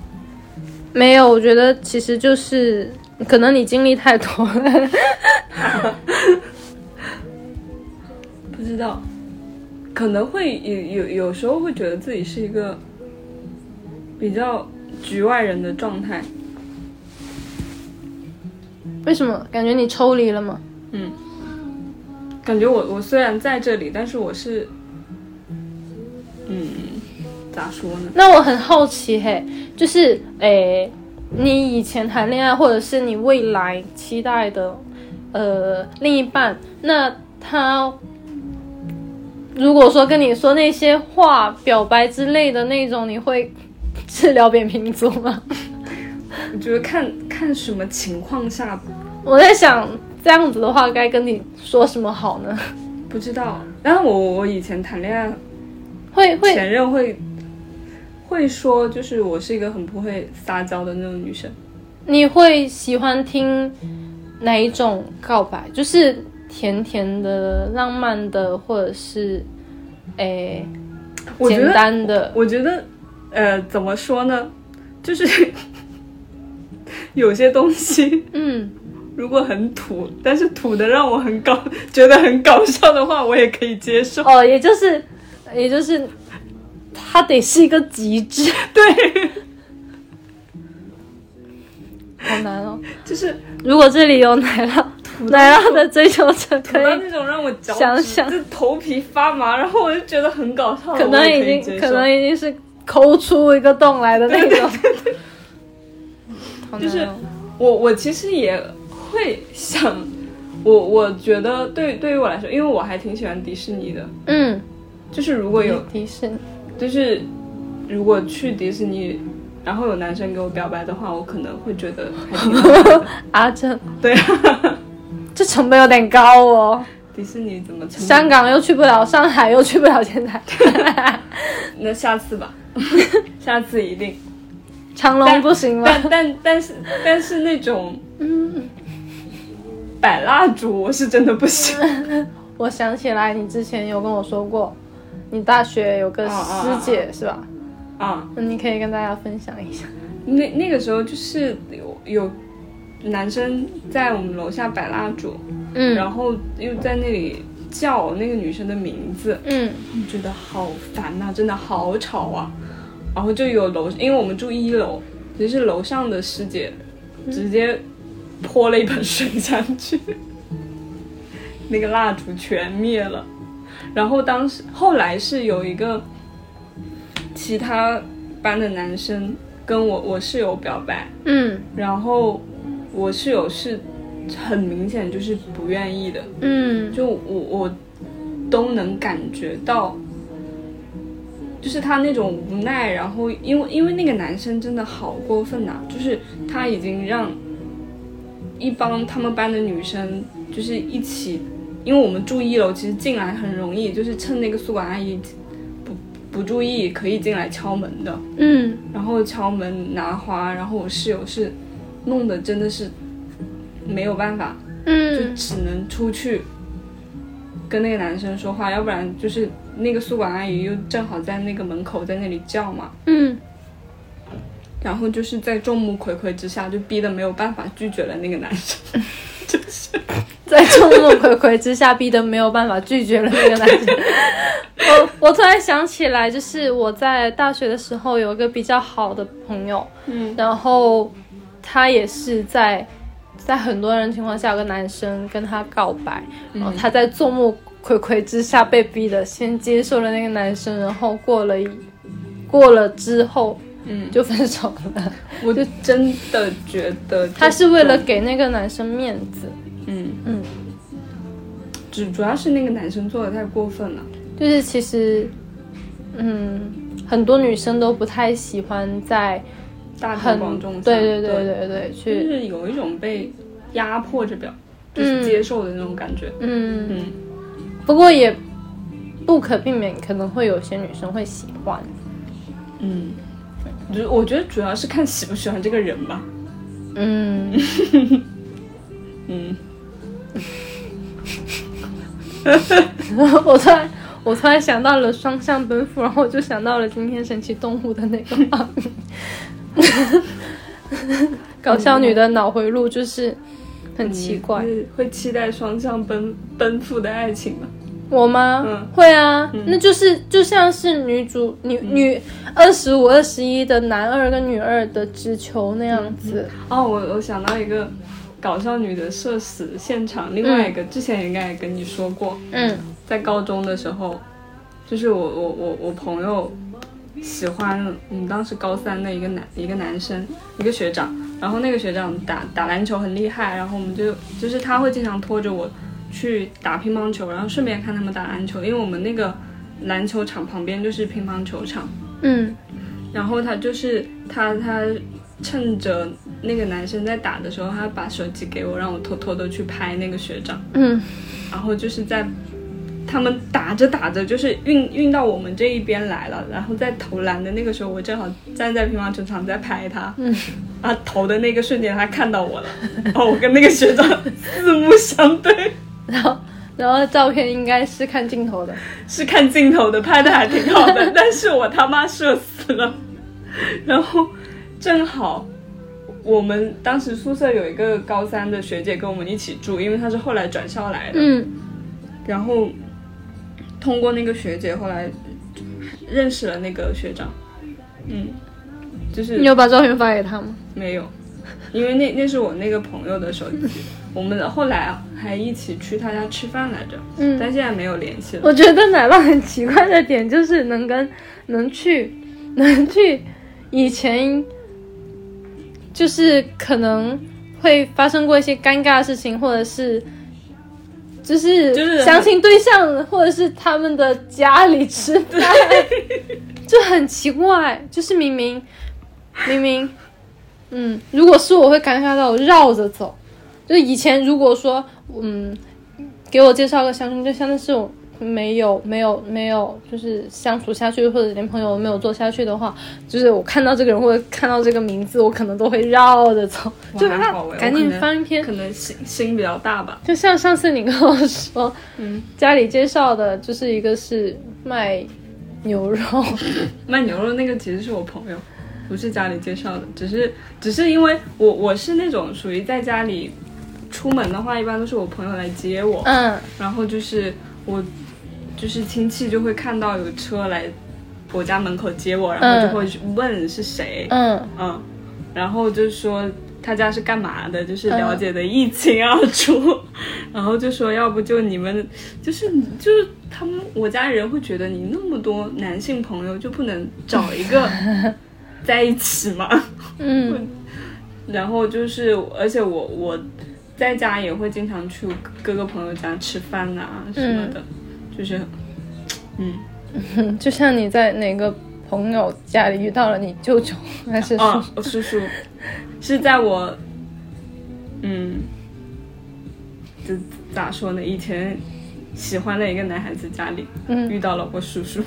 [SPEAKER 2] 没有，我觉得其实就是可能你经历太多了，
[SPEAKER 3] 不知道，可能会有有有时候会觉得自己是一个比较局外人的状态。
[SPEAKER 2] 为什么？感觉你抽离了吗？
[SPEAKER 3] 嗯，感觉我我虽然在这里，但是我是，嗯，咋说呢？
[SPEAKER 2] 那我很好奇，嘿，就是诶，你以前谈恋爱，或者是你未来期待的，呃，另一半，那他如果说跟你说那些话、表白之类的那种，你会 治疗扁平足吗？
[SPEAKER 3] 我觉得看看什么情况下
[SPEAKER 2] 我在想，这样子的话，该跟你说什么好呢？
[SPEAKER 3] 不知道。然后我我以前谈恋爱
[SPEAKER 2] 会会
[SPEAKER 3] 前任会会说，就是我是一个很不会撒娇的那种女生。
[SPEAKER 2] 你会喜欢听哪一种告白？就是甜甜的、浪漫的，或者是诶
[SPEAKER 3] 我觉
[SPEAKER 2] 简
[SPEAKER 3] 得
[SPEAKER 2] 单的？
[SPEAKER 3] 我觉得，呃，怎么 说呢？就是有些东西
[SPEAKER 2] 嗯
[SPEAKER 3] 如果很土，但是土的让我很搞，觉得很搞笑的话，我也可以接受。
[SPEAKER 2] 哦，也就是，也就是，它得是一个极致，
[SPEAKER 3] 对，
[SPEAKER 2] 好难哦。
[SPEAKER 3] 就是
[SPEAKER 2] 如果这里有奶酪，奶酪的追求者
[SPEAKER 3] 土
[SPEAKER 2] 可
[SPEAKER 3] 到
[SPEAKER 2] 以
[SPEAKER 3] 那种让我脚
[SPEAKER 2] 想
[SPEAKER 3] 趾
[SPEAKER 2] 想
[SPEAKER 3] 就头皮发麻，然后我就觉得很搞笑了，
[SPEAKER 2] 可
[SPEAKER 3] 哦我
[SPEAKER 2] 能
[SPEAKER 3] 也
[SPEAKER 2] 已
[SPEAKER 3] 可以
[SPEAKER 2] 经
[SPEAKER 3] 接
[SPEAKER 2] 可
[SPEAKER 3] 受
[SPEAKER 2] 能已经是抠出一个洞来的那种。好难哦
[SPEAKER 3] 就是我我其实也会想，我我觉得对对于我来说，因为我还挺喜欢迪士尼的，
[SPEAKER 2] 嗯，
[SPEAKER 3] 就是如果有
[SPEAKER 2] 迪士尼，
[SPEAKER 3] 就是如果去迪士尼，然后有男生给我表白的话，我可能会觉得还挺好的
[SPEAKER 2] 阿正，
[SPEAKER 3] 对啊，
[SPEAKER 2] 这成本有点高哦。
[SPEAKER 3] 迪士尼怎么成本
[SPEAKER 2] 香港又去不了，上海又去不了，现在
[SPEAKER 3] 那下次吧， 下次一定。
[SPEAKER 2] 长隆不行吗？
[SPEAKER 3] 但但但是但是那种
[SPEAKER 2] 嗯，
[SPEAKER 3] 摆蜡烛，我是真的不行。
[SPEAKER 2] 嗯我想起来，你之前有跟我说过，你大学有个
[SPEAKER 3] 啊啊
[SPEAKER 2] 师
[SPEAKER 3] 啊
[SPEAKER 2] 姐是吧？
[SPEAKER 3] 啊，
[SPEAKER 2] 那你可以跟大家分享一下。
[SPEAKER 3] 那那个时候就是有有男生在我们楼下摆蜡烛，
[SPEAKER 2] 嗯
[SPEAKER 3] 然后又在那里叫那个女生的名字，
[SPEAKER 2] 嗯
[SPEAKER 3] 我觉得好烦呐、真的好吵啊。然后就有楼，因为我们住一楼，其实楼上的师姐直接泼了一盆水下去，那个蜡烛全灭了。然后当时后来是有一个其他班的男生跟我我室友表白，
[SPEAKER 2] 嗯
[SPEAKER 3] 然后我室友是很明显就是不愿意的，
[SPEAKER 2] 嗯
[SPEAKER 3] 就我我都能感觉到，就是他那种无奈，然后因为因为那个男生真的好过分呐、就是他已经让一帮他们班的女生就是一起，因为我们住一楼，其实进来很容易，就是趁那个宿管阿姨不不注意可以进来敲门的，
[SPEAKER 2] 嗯，
[SPEAKER 3] 然后敲门拿花，然后我室友是弄得真的是没有办法，就
[SPEAKER 2] 嗯，
[SPEAKER 3] 只能出去跟那个男生说话，要不然就是那个宿管阿姨又正好在那个门口在那里叫嘛，
[SPEAKER 2] 嗯，
[SPEAKER 3] 然后就是在众目睽睽之下就逼得没有办法拒绝了那个男生，
[SPEAKER 2] 在众目睽睽之下，逼得没有办法拒绝了那个男生。 我我突然想起来，就是我在大学的时候有一个比较好的朋友，
[SPEAKER 3] 嗯
[SPEAKER 2] 然后他也是在在很多人情况下有个男生跟他告白，然
[SPEAKER 3] 嗯
[SPEAKER 2] 后他在众目睽睽之下被逼的先接受了那个男生，然后过了一过了之后
[SPEAKER 3] 嗯，
[SPEAKER 2] 就分手了。
[SPEAKER 3] 我就真的觉得
[SPEAKER 2] 他
[SPEAKER 3] 他
[SPEAKER 2] 是为了给那个男生面子，
[SPEAKER 3] 嗯
[SPEAKER 2] 嗯，
[SPEAKER 3] 主主要是那个男生做的太过分了，
[SPEAKER 2] 就是其实，嗯，很多女生都不太喜欢在
[SPEAKER 3] 大庭
[SPEAKER 2] 很
[SPEAKER 3] 广众下
[SPEAKER 2] 对对对
[SPEAKER 3] 对
[SPEAKER 2] 对对
[SPEAKER 3] 就
[SPEAKER 2] 去
[SPEAKER 3] 是有一种被压迫着表，就是接受的那种感觉。
[SPEAKER 2] 嗯，
[SPEAKER 3] 嗯
[SPEAKER 2] 不过也不可避免，可能会有些女生会喜欢。
[SPEAKER 3] 嗯，就我觉得主要是看喜不喜欢这个人吧。
[SPEAKER 2] 嗯，
[SPEAKER 3] 嗯，
[SPEAKER 2] 我突然我突然想到了双向奔赴，然后我就想到了今天神奇动物的那个画面，搞笑女的脑回路就是很奇怪。
[SPEAKER 3] 就是会期待双向奔奔赴的爱情吧。
[SPEAKER 2] 我吗？
[SPEAKER 3] 嗯
[SPEAKER 2] 会啊，那就是就像是女主女、女二十五、二十一的男二跟女二的直球那样子。
[SPEAKER 3] 哦，我我想到一个搞笑女的社死现场，另外一个、之前应该也跟你说过，
[SPEAKER 2] 嗯
[SPEAKER 3] 在高中的时候，就是我我我我朋友喜欢我们当时高三的一个男一个男生一个学长，然后那个学长打打篮球很厉害，然后我们就就是他会经常拖着我去打乒乓球，然后顺便看他们打篮球，因为我们那个篮球场旁边就是乒乓球场，
[SPEAKER 2] 嗯
[SPEAKER 3] 然后他就是他他趁着那个男生在打的时候，他把手机给我，让我偷偷的去拍那个学长。
[SPEAKER 2] 嗯
[SPEAKER 3] 然后就是在他们打着打着，就是运运到我们这一边来了，然后在投篮的那个时候，我正好站在乒乓球场在拍他，嗯，他投的那个瞬间，他看到我了，然后我跟那个学长 四目相对，
[SPEAKER 2] 然后然后照片应该是看镜头的。
[SPEAKER 3] 是看镜头的，拍的还挺好的， 但是我他妈射死了，然后正好。我们当时宿舍有一个高三的学姐跟我们一起住，因为她是后来转校来的，
[SPEAKER 4] 嗯
[SPEAKER 3] 然后通过那个学姐，后来认识了那个学长，嗯，就是
[SPEAKER 4] 你有把照片发给他吗？
[SPEAKER 3] 没有，因为那那是我那个朋友的手机，我们后来啊还一起去他家吃饭来着，
[SPEAKER 4] 嗯
[SPEAKER 3] 但现在没有联系了。
[SPEAKER 2] 我觉得奶酪很奇怪的点就是能跟能去能去以前，就是可能会发生过一些尴尬的事情，或者是就是
[SPEAKER 3] 就是
[SPEAKER 2] 相亲对象，或者是他们的家里吃饭， 就很奇怪，就是明明明明，嗯，如果是我会尴尬到我绕着走，就以前如果说嗯。给我介绍个相亲对象，但是我没有没有没有，就是相处下去或者连朋友都没有做下去的话，就是我看到这个人或者看到这个名字，我可能都会绕着走，
[SPEAKER 3] 我
[SPEAKER 2] 就
[SPEAKER 3] 还
[SPEAKER 2] 啊
[SPEAKER 3] 好哎我
[SPEAKER 2] 赶
[SPEAKER 3] 可
[SPEAKER 2] 紧
[SPEAKER 3] 能
[SPEAKER 2] 翻篇
[SPEAKER 3] 可。能心心比较大吧，
[SPEAKER 2] 就像上次你跟我说，嗯，家里介绍的就是一个是卖牛肉，
[SPEAKER 3] 卖牛肉那个其实是我朋友，不是家里介绍的，只是只是因为我我是那种属于在家里出门的话，一般都是我朋友来接我，
[SPEAKER 2] 嗯，
[SPEAKER 3] 然后就是我就是亲戚就会看到有车来我家门口接我，然后就会去问是谁，
[SPEAKER 2] 嗯，
[SPEAKER 3] 嗯，然后就说他家是干嘛的，就是了解的一清二楚， 然后就说要不就你们就是就是他们我家人会觉得你那么多男性朋友就不能找一个在一起吗？
[SPEAKER 2] 嗯，
[SPEAKER 3] 然后就是而且我我在家也会经常去各个朋友家吃饭啊什么的，就是嗯
[SPEAKER 2] 嗯，就像你在哪个朋友家里遇到了你舅舅还 是
[SPEAKER 3] 啊
[SPEAKER 2] 嗯哦叔，
[SPEAKER 3] 我叔叔 是在我，嗯，这咋说呢？以前喜欢的一个男孩子家里，
[SPEAKER 2] 嗯
[SPEAKER 3] 遇到了我叔 叔，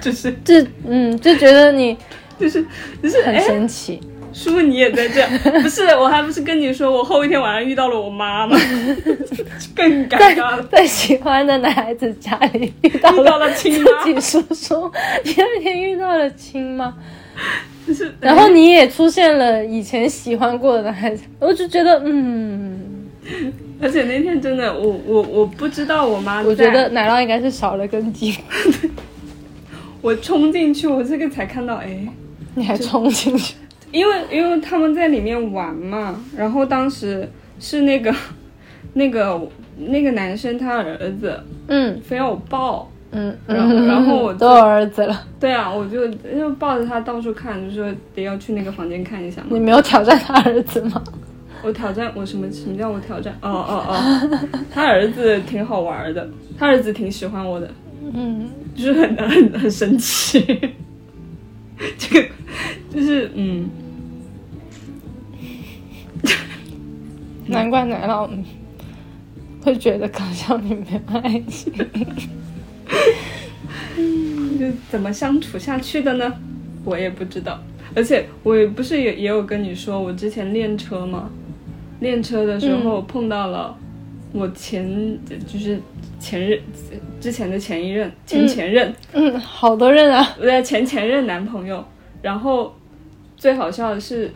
[SPEAKER 3] 就是
[SPEAKER 2] 这嗯就觉得你
[SPEAKER 3] 就是就是，
[SPEAKER 2] 很
[SPEAKER 3] 哎，
[SPEAKER 2] 神 奇，
[SPEAKER 3] 叔叔你也在这 儿？不是，我还不是跟你说，我后一天晚上遇到了我妈吗？更尴
[SPEAKER 2] 在
[SPEAKER 3] 尬了，
[SPEAKER 2] 在喜欢的男孩子家里遇到
[SPEAKER 3] 遇到
[SPEAKER 2] 了
[SPEAKER 3] 了亲妈
[SPEAKER 2] 自，己叔叔，第二天遇到了亲妈，
[SPEAKER 3] 就是
[SPEAKER 2] 然后你也出现了以前喜欢过的男孩子，我就觉得嗯，
[SPEAKER 3] 而且那天真的，我我我不知道我妈在，
[SPEAKER 2] 我觉得奶酪应该是少了根筋，
[SPEAKER 3] 我冲进去，我这个才看到，哎。
[SPEAKER 2] 你还冲进 去，
[SPEAKER 3] 因为因为他们在里面玩嘛，然后当时是那个 那个那个男生他儿子
[SPEAKER 2] 嗯
[SPEAKER 3] 非要我抱，
[SPEAKER 2] 嗯，
[SPEAKER 3] 然后
[SPEAKER 2] 嗯
[SPEAKER 3] 然后我就
[SPEAKER 2] 都有儿子了，
[SPEAKER 3] 对啊，我就就抱着他到处看，就说得要去那个房间看一下
[SPEAKER 2] 你
[SPEAKER 3] 嘛。
[SPEAKER 2] 没有挑战他儿子吗？
[SPEAKER 3] 我挑战我什么什么叫我挑战？哦哦哦，他儿子挺好玩的，他儿子挺喜欢我的，
[SPEAKER 2] 嗯，
[SPEAKER 3] 就是很很很神奇。 这个就是嗯，
[SPEAKER 2] 难怪奶酪嗯会觉得搞笑你没有爱情，
[SPEAKER 3] 就怎么相处下去的呢？我也不知道。而且我也不是也也有跟你说，我之前练车嘛，练车的时候碰到了我前、就是前任之前的前一任前前任，
[SPEAKER 2] 嗯，好多人啊，
[SPEAKER 3] 我的前前任男朋友。然后最好笑的是，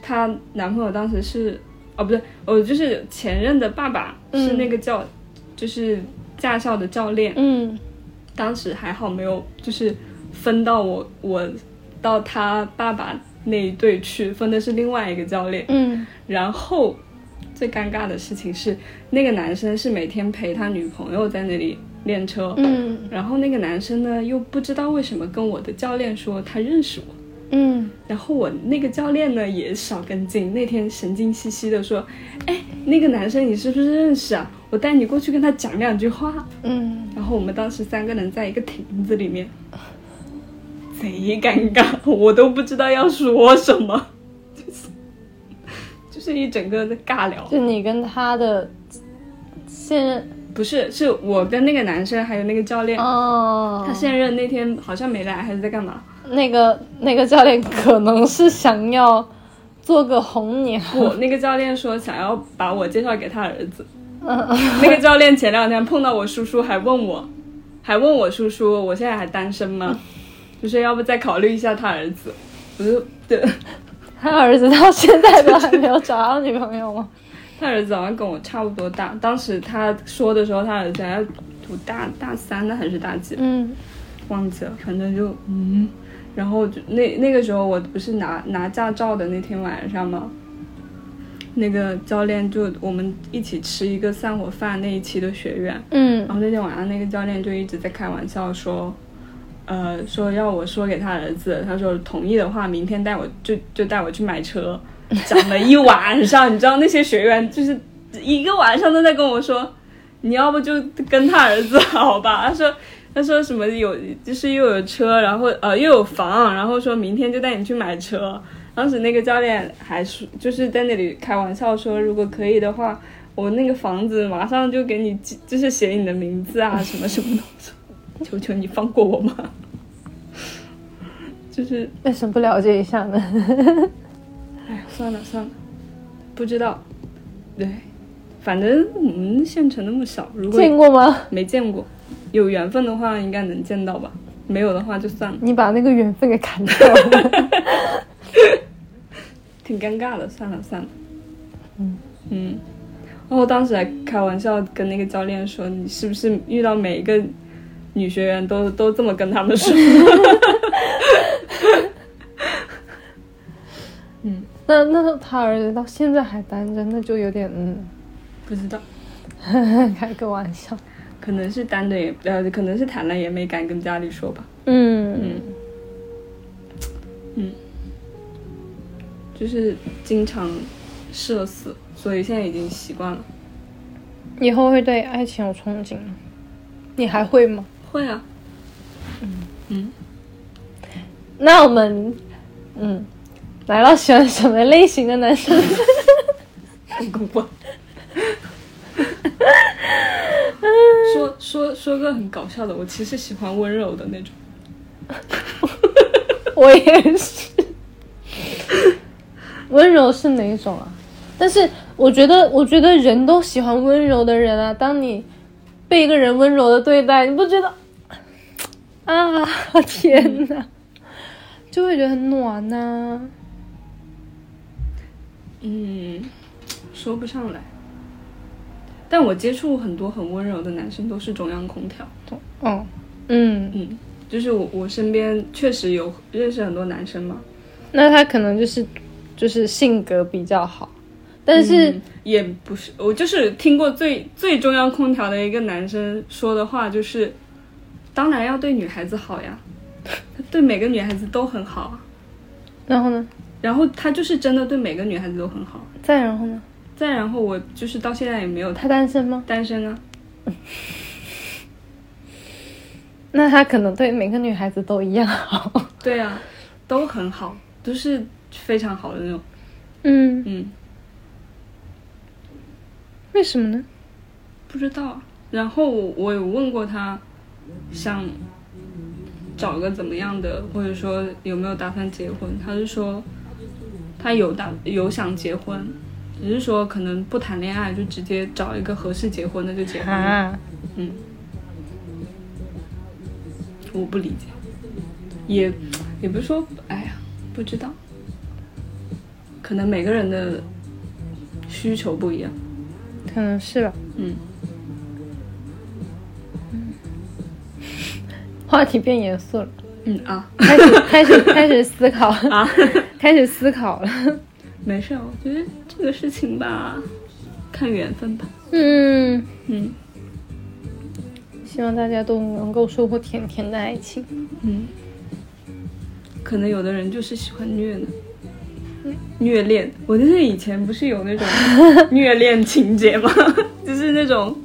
[SPEAKER 3] 她男朋友当时是哦不对，哦就是前任的爸爸是
[SPEAKER 2] 嗯
[SPEAKER 3] 那个教、就是驾校的教练，
[SPEAKER 2] 嗯
[SPEAKER 3] 当时还好没有，就是分到我我到他爸爸那一队去，分的是另外一个教练。
[SPEAKER 2] 嗯。
[SPEAKER 3] 然后最尴尬的事情是，那个男生是每天陪他女朋友在那里练车，
[SPEAKER 2] 嗯
[SPEAKER 3] 然后那个男生呢又不知道为什么跟我的教练说他认识我。
[SPEAKER 2] 嗯
[SPEAKER 3] 然后我那个教练呢也少跟进，那天神经兮兮的说：“哎，那个男生你是不是认识啊？我带你过去跟他讲两句话。”
[SPEAKER 2] 嗯，
[SPEAKER 3] 然后我们当时三个人在一个亭子里面，贼尴尬，我都不知道要说什么，就是就是一整个的尬聊。
[SPEAKER 2] 就你跟他的现任
[SPEAKER 3] 不是，是我跟那个男生还有那个教练，
[SPEAKER 2] 哦，
[SPEAKER 3] 他现任那天好像没来，还是在干嘛？
[SPEAKER 2] 那个那个教练可能是想要做个红娘，
[SPEAKER 3] 不，那个教练说想要把我介绍给他儿子。那个教练前两天碰到我叔叔，还问我，还问我叔叔，我现在还单身吗？就是要不再考虑一下他儿子。我就对，
[SPEAKER 2] 他儿子到现在都还没有找到女朋友吗？
[SPEAKER 3] 他儿子好像跟我差不多大，当时他说的时候，他儿子还读大大三的还是大几，
[SPEAKER 2] 嗯，
[SPEAKER 3] 忘记了，反正就嗯，然后就那那个时候我不是拿拿驾照的那天晚上嘛，那个教练就我们一起吃一个散伙饭那一期的学员，
[SPEAKER 2] 嗯
[SPEAKER 3] 然后那天晚上那个教练就一直在开玩笑说。呃，说要我说给他儿子，他说同意的话，明天带我就就带我去买车，讲了一晚上，你知道那些学员就是一个晚上都在跟我说，你要不就跟他儿子好吧？他说他说什么有就是又有车，然后呃又有房，然后说明天就带你去买车。当时那个教练还说，就是在那里开玩笑说，如果可以的话，我那个房子马上就给你记，就是写你的名字啊，什么什么的。我说求求你放过我嘛！ 就是
[SPEAKER 2] 为什么不了解一下呢？
[SPEAKER 3] 哎，算了算了，不知道。对，反正我们县城那么小，如 果
[SPEAKER 2] 见过吗？
[SPEAKER 3] 没见过，有缘分的话应该能见到吧，没有的话就算了，
[SPEAKER 2] 你把那个缘分给砍掉了。
[SPEAKER 3] 挺尴尬的，算了算了。嗯嗯，然后当时还开玩笑跟那个教练说，你是不是遇到每一个女学员都都这么跟他们说？
[SPEAKER 2] 那那他儿子到现在还单着，那就有点嗯，
[SPEAKER 3] 不知道，
[SPEAKER 2] 开个玩笑。
[SPEAKER 3] 可能是单着也呃，可能是谈了也没敢跟家里说吧。
[SPEAKER 2] 嗯，
[SPEAKER 3] 嗯，嗯，就是经常社死，所以现在已经习惯了。
[SPEAKER 2] 以后会对爱情有憧憬吗？你还会吗？
[SPEAKER 3] 会啊，
[SPEAKER 2] 那我们嗯，来到喜欢什么类型的男生？
[SPEAKER 3] 公关。 说说说个很搞笑的，我其实喜欢温柔的那种，
[SPEAKER 2] 我也是。温柔是哪一种啊？但是我觉得，我觉得人都喜欢温柔的人啊。当你被一个人温柔的对待，你不觉得啊？天哪，就会觉得很暖啊呐、
[SPEAKER 3] 嗯，说不上来。但我接触很多很温柔的男生都是中央空调，
[SPEAKER 2] 哦，嗯，
[SPEAKER 3] 嗯，就是我我身边确实有认识很多男生嘛，
[SPEAKER 2] 那他可能就是就是性格比较好，但是、
[SPEAKER 3] 嗯也不是，我就是听过最最中央空调的一个男生说的话，就是当然要对女孩子好呀， 他对每个女孩子都很好啊。
[SPEAKER 2] 然后呢？
[SPEAKER 3] 然后他就是真的对每个女孩子都很好。
[SPEAKER 2] 再然后呢？
[SPEAKER 3] 再然后我就是到现在也没有
[SPEAKER 2] 他
[SPEAKER 3] 他
[SPEAKER 2] 单身吗？
[SPEAKER 3] 单身啊，
[SPEAKER 2] 那他可能对每个女孩子都一样好。
[SPEAKER 3] 对啊，都很好，都是非常好的那种。
[SPEAKER 2] 嗯，
[SPEAKER 3] 嗯，
[SPEAKER 2] 为什么呢？
[SPEAKER 3] 不知道啊。然后我我有问过他，想找个怎么样的，或者说有没有打算结婚，他就说他有打有想结婚，只是说可能不谈恋爱，就直接找一个合适结婚的就结婚了。
[SPEAKER 2] 啊，
[SPEAKER 3] 我不理解，也也不是说，哎呀，不知道，可能每个人的需求不一样。
[SPEAKER 2] 可能是吧。
[SPEAKER 3] 嗯，
[SPEAKER 2] 话题变严肃 了，
[SPEAKER 3] 嗯啊
[SPEAKER 2] 开始开始开始思考，
[SPEAKER 3] 啊，
[SPEAKER 2] 开始思考了。
[SPEAKER 3] 没事，我觉得这个事情吧，看缘分吧。
[SPEAKER 2] 嗯，
[SPEAKER 3] 嗯
[SPEAKER 2] 希望大家都能够收获甜甜的爱情。
[SPEAKER 3] 嗯，可能有的人就是喜欢虐呢。
[SPEAKER 2] 嗯
[SPEAKER 3] 虐恋，我就是以前不是有那 种虐恋情节吗？ 就是那种，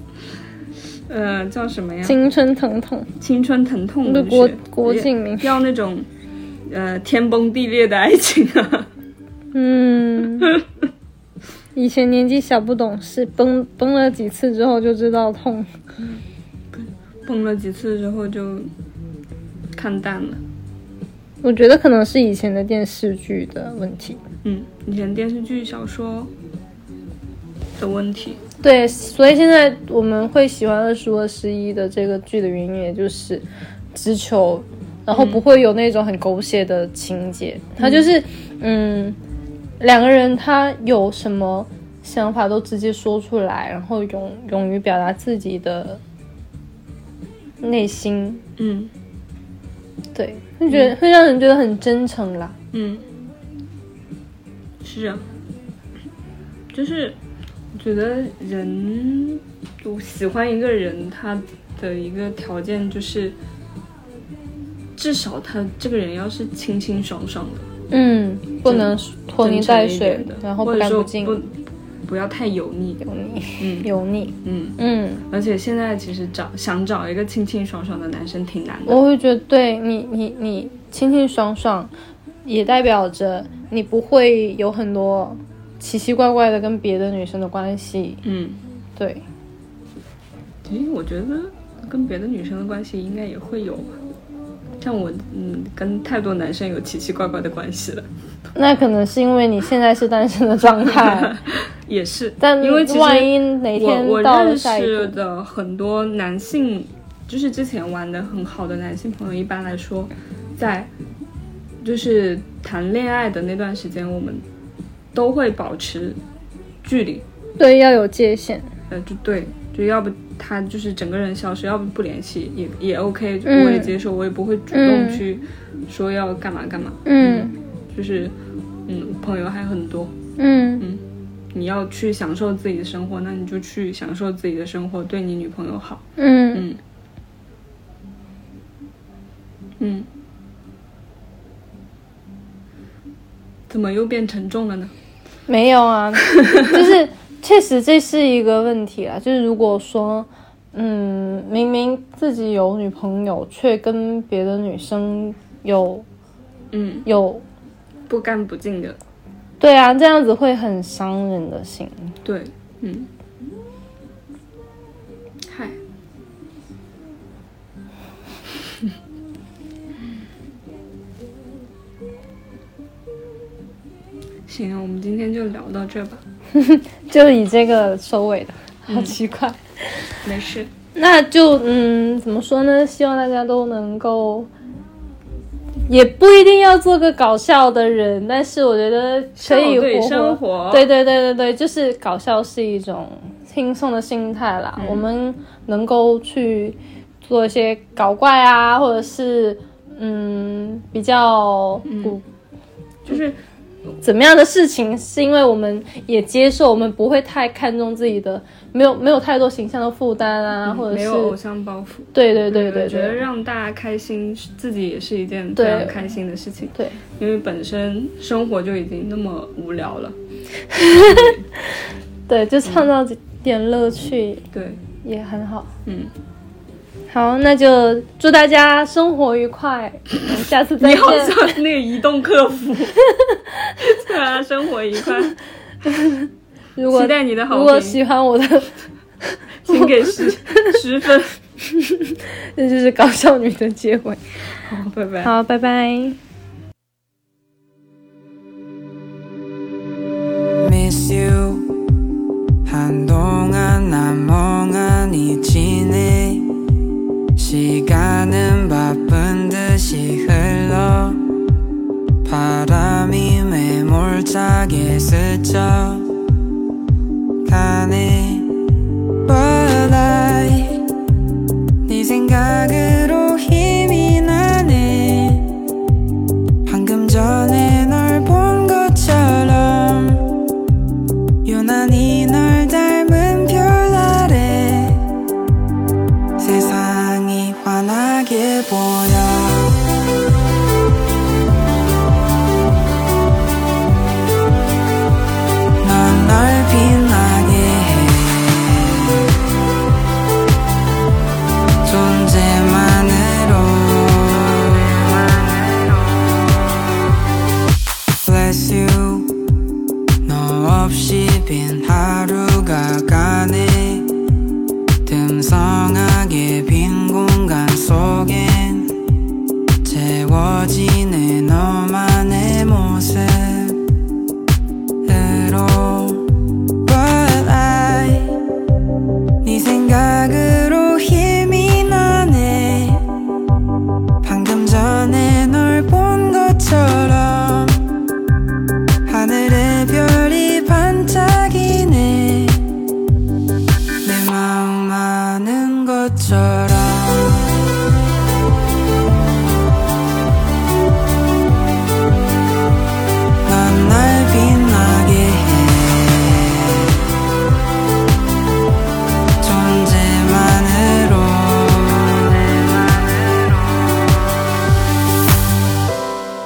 [SPEAKER 3] 呃，叫什么呀？
[SPEAKER 2] 青春疼痛，
[SPEAKER 3] 青春疼痛
[SPEAKER 2] 那
[SPEAKER 3] 文
[SPEAKER 2] 郭
[SPEAKER 3] 学
[SPEAKER 2] 郭敬明。
[SPEAKER 3] 要那种呃天崩地裂的爱情啊。
[SPEAKER 2] 嗯，以前年纪小不懂事，崩崩了几次之后就知道痛。
[SPEAKER 3] 碰了几次之后就看淡了。
[SPEAKER 2] 我觉得可能是以前的电视剧的问题。
[SPEAKER 3] 嗯，以前电视剧、小说的问题，
[SPEAKER 2] 对，所以现在我们会喜欢《二十五二十一》的这个剧的原因，也就是直球，然后不会有那种很狗血的情节，它就是嗯两个人他有什么想法都直接说出来，然后勇勇于表达自己的内心，
[SPEAKER 3] 嗯
[SPEAKER 2] 对，会觉得、会让人觉得很真诚啦。
[SPEAKER 3] 嗯，是，就是我觉得人，我喜欢一个人，他的一个条件就是，至少他这个人要是清清爽爽的。
[SPEAKER 2] 嗯，不能拖泥带水
[SPEAKER 3] 真诚一点的，
[SPEAKER 2] 然后
[SPEAKER 3] 或
[SPEAKER 2] 不
[SPEAKER 3] 者
[SPEAKER 2] 干
[SPEAKER 3] 说
[SPEAKER 2] 净，
[SPEAKER 3] 不
[SPEAKER 2] 油
[SPEAKER 3] 不要太油腻。
[SPEAKER 2] 腻，
[SPEAKER 3] 嗯
[SPEAKER 2] 油腻。
[SPEAKER 3] 嗯，
[SPEAKER 2] 嗯，
[SPEAKER 3] 而且现在其实找想找一个清清爽爽的男生挺难的。
[SPEAKER 2] 我会觉得对你，你，你清清爽爽，也代表着你不会有很多奇奇怪怪的跟别的女生的关系。
[SPEAKER 3] 嗯，
[SPEAKER 2] 对，
[SPEAKER 3] 其实我觉得跟别的女生的关系应该也会有吧。像我，嗯，跟太多男生有奇奇怪怪的关系了，
[SPEAKER 2] 那可能是因为你现在是单身的状 态，
[SPEAKER 3] 也是。
[SPEAKER 2] 但
[SPEAKER 3] 因为其实
[SPEAKER 2] 万一哪
[SPEAKER 3] 我
[SPEAKER 2] 天
[SPEAKER 3] 我
[SPEAKER 2] 到了
[SPEAKER 3] 认
[SPEAKER 2] 下一
[SPEAKER 3] 识
[SPEAKER 2] 步，
[SPEAKER 3] 的很多男性，就是之前玩的很好的男性朋友，一般来说，在就是谈恋爱的那段时间，我们都会保持距离，
[SPEAKER 4] 对，要有界限。
[SPEAKER 3] 呃，就对，就要不他就是整个人消失，要不不联系也也 OK，就
[SPEAKER 2] 嗯
[SPEAKER 3] 我也接受，我也不会主动去说要干嘛干嘛，
[SPEAKER 2] 嗯
[SPEAKER 3] 就是嗯，朋友还很多，
[SPEAKER 2] 嗯
[SPEAKER 3] 你要去享受自己的生活，那你就去享受自己的生活，对你女朋友好。
[SPEAKER 2] 嗯，
[SPEAKER 3] 嗯，嗯，怎么又变沉重了呢？
[SPEAKER 2] 没有 啊，就是确实这是一个问题啦。就是如果说，嗯，明明自己有女朋友，却跟别的女生有
[SPEAKER 3] 嗯，
[SPEAKER 2] 有，
[SPEAKER 3] 不干不净的，
[SPEAKER 2] 对啊，这样子会很伤人的心。
[SPEAKER 3] 对，嗯，嗨， 行，我们今天就聊到这吧，
[SPEAKER 2] 就以这个收尾的，好奇怪。
[SPEAKER 3] 没事，
[SPEAKER 2] 嗯 那就嗯，怎么说呢？希望大家都能够，也不一定要做个搞笑的人，但是我觉得可以
[SPEAKER 3] 笑对
[SPEAKER 2] 活
[SPEAKER 3] 生活
[SPEAKER 2] 对对对对对，就是搞笑是一种轻松的心态啦。我们能够去做一些搞怪啊，或者是嗯比较古
[SPEAKER 3] 就是。
[SPEAKER 2] 怎么样的事情，是因为我们也接受，我们不会太看重自己的，没有没有太多形象的负担啊，或者
[SPEAKER 3] 嗯没
[SPEAKER 2] 是
[SPEAKER 3] 有偶像包袱，
[SPEAKER 2] 对对对对
[SPEAKER 3] 我觉得
[SPEAKER 2] 对
[SPEAKER 3] 让大家开心，自己也是一件非
[SPEAKER 2] 对
[SPEAKER 3] 常开心的事情，
[SPEAKER 2] 对，
[SPEAKER 3] 因为本身生活就已经那么无聊了。
[SPEAKER 2] 对，就创造点乐趣
[SPEAKER 3] 对，
[SPEAKER 2] 也很好。
[SPEAKER 3] 嗯，
[SPEAKER 2] 好，那就祝大家生活愉快，我们下次再
[SPEAKER 3] 你
[SPEAKER 2] 见
[SPEAKER 3] 好。像那个移动客 服，祝大家生活愉快，
[SPEAKER 2] 如果
[SPEAKER 3] 期待你的好
[SPEAKER 2] 如果
[SPEAKER 3] 评，
[SPEAKER 2] 喜欢我的，
[SPEAKER 3] 请给十十分。
[SPEAKER 2] 那就是搞笑女的结尾。
[SPEAKER 3] 好，拜拜。
[SPEAKER 2] 好，拜拜。
[SPEAKER 1] miss you 한동안 난 멍하니 지내 시간은 바쁜 듯이 흘러 바람이 매몰차게 스쳐 가네 But I 네 생각으로 힘이 나네 방금 전에 널 본 것처럼 유난히 널 닮은 별 아래 세상이 환하게 보여 널네
[SPEAKER 5] 것처럼 넌 날 빛나게 해 존재만으로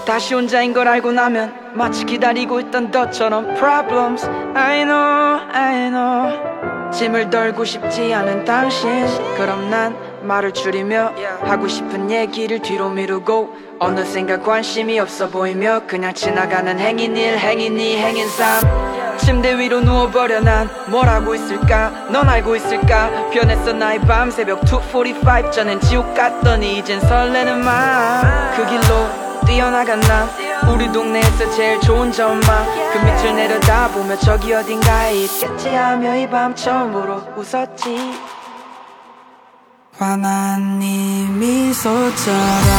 [SPEAKER 1] 다시 혼자인 걸 알고 나면 마치 기다리고 있던 너처럼 problems I know I know 짐을 덜고 싶지 않은 당신 그럼 난 말을 줄이며 하고 싶은 얘기를 뒤로 미루고 어느샌가 관심이 없어 보이며 그냥 지나가는 행인 일 행인 이 행인 삶 침대 위로 누워버려 난 뭘 하고 있을까 넌 알고 있을까 변했어 나의 밤 새벽 2.45 전엔 지옥 같더니 이젠 설레는 마그 길로 뛰어나간 나 우리 동네에서 제일 좋은 전망 그 밑을 내려다보며 저기 어딘가에 있겠지 하며 이 밤 처음으로 웃었지
[SPEAKER 5] 환한 이 미소처럼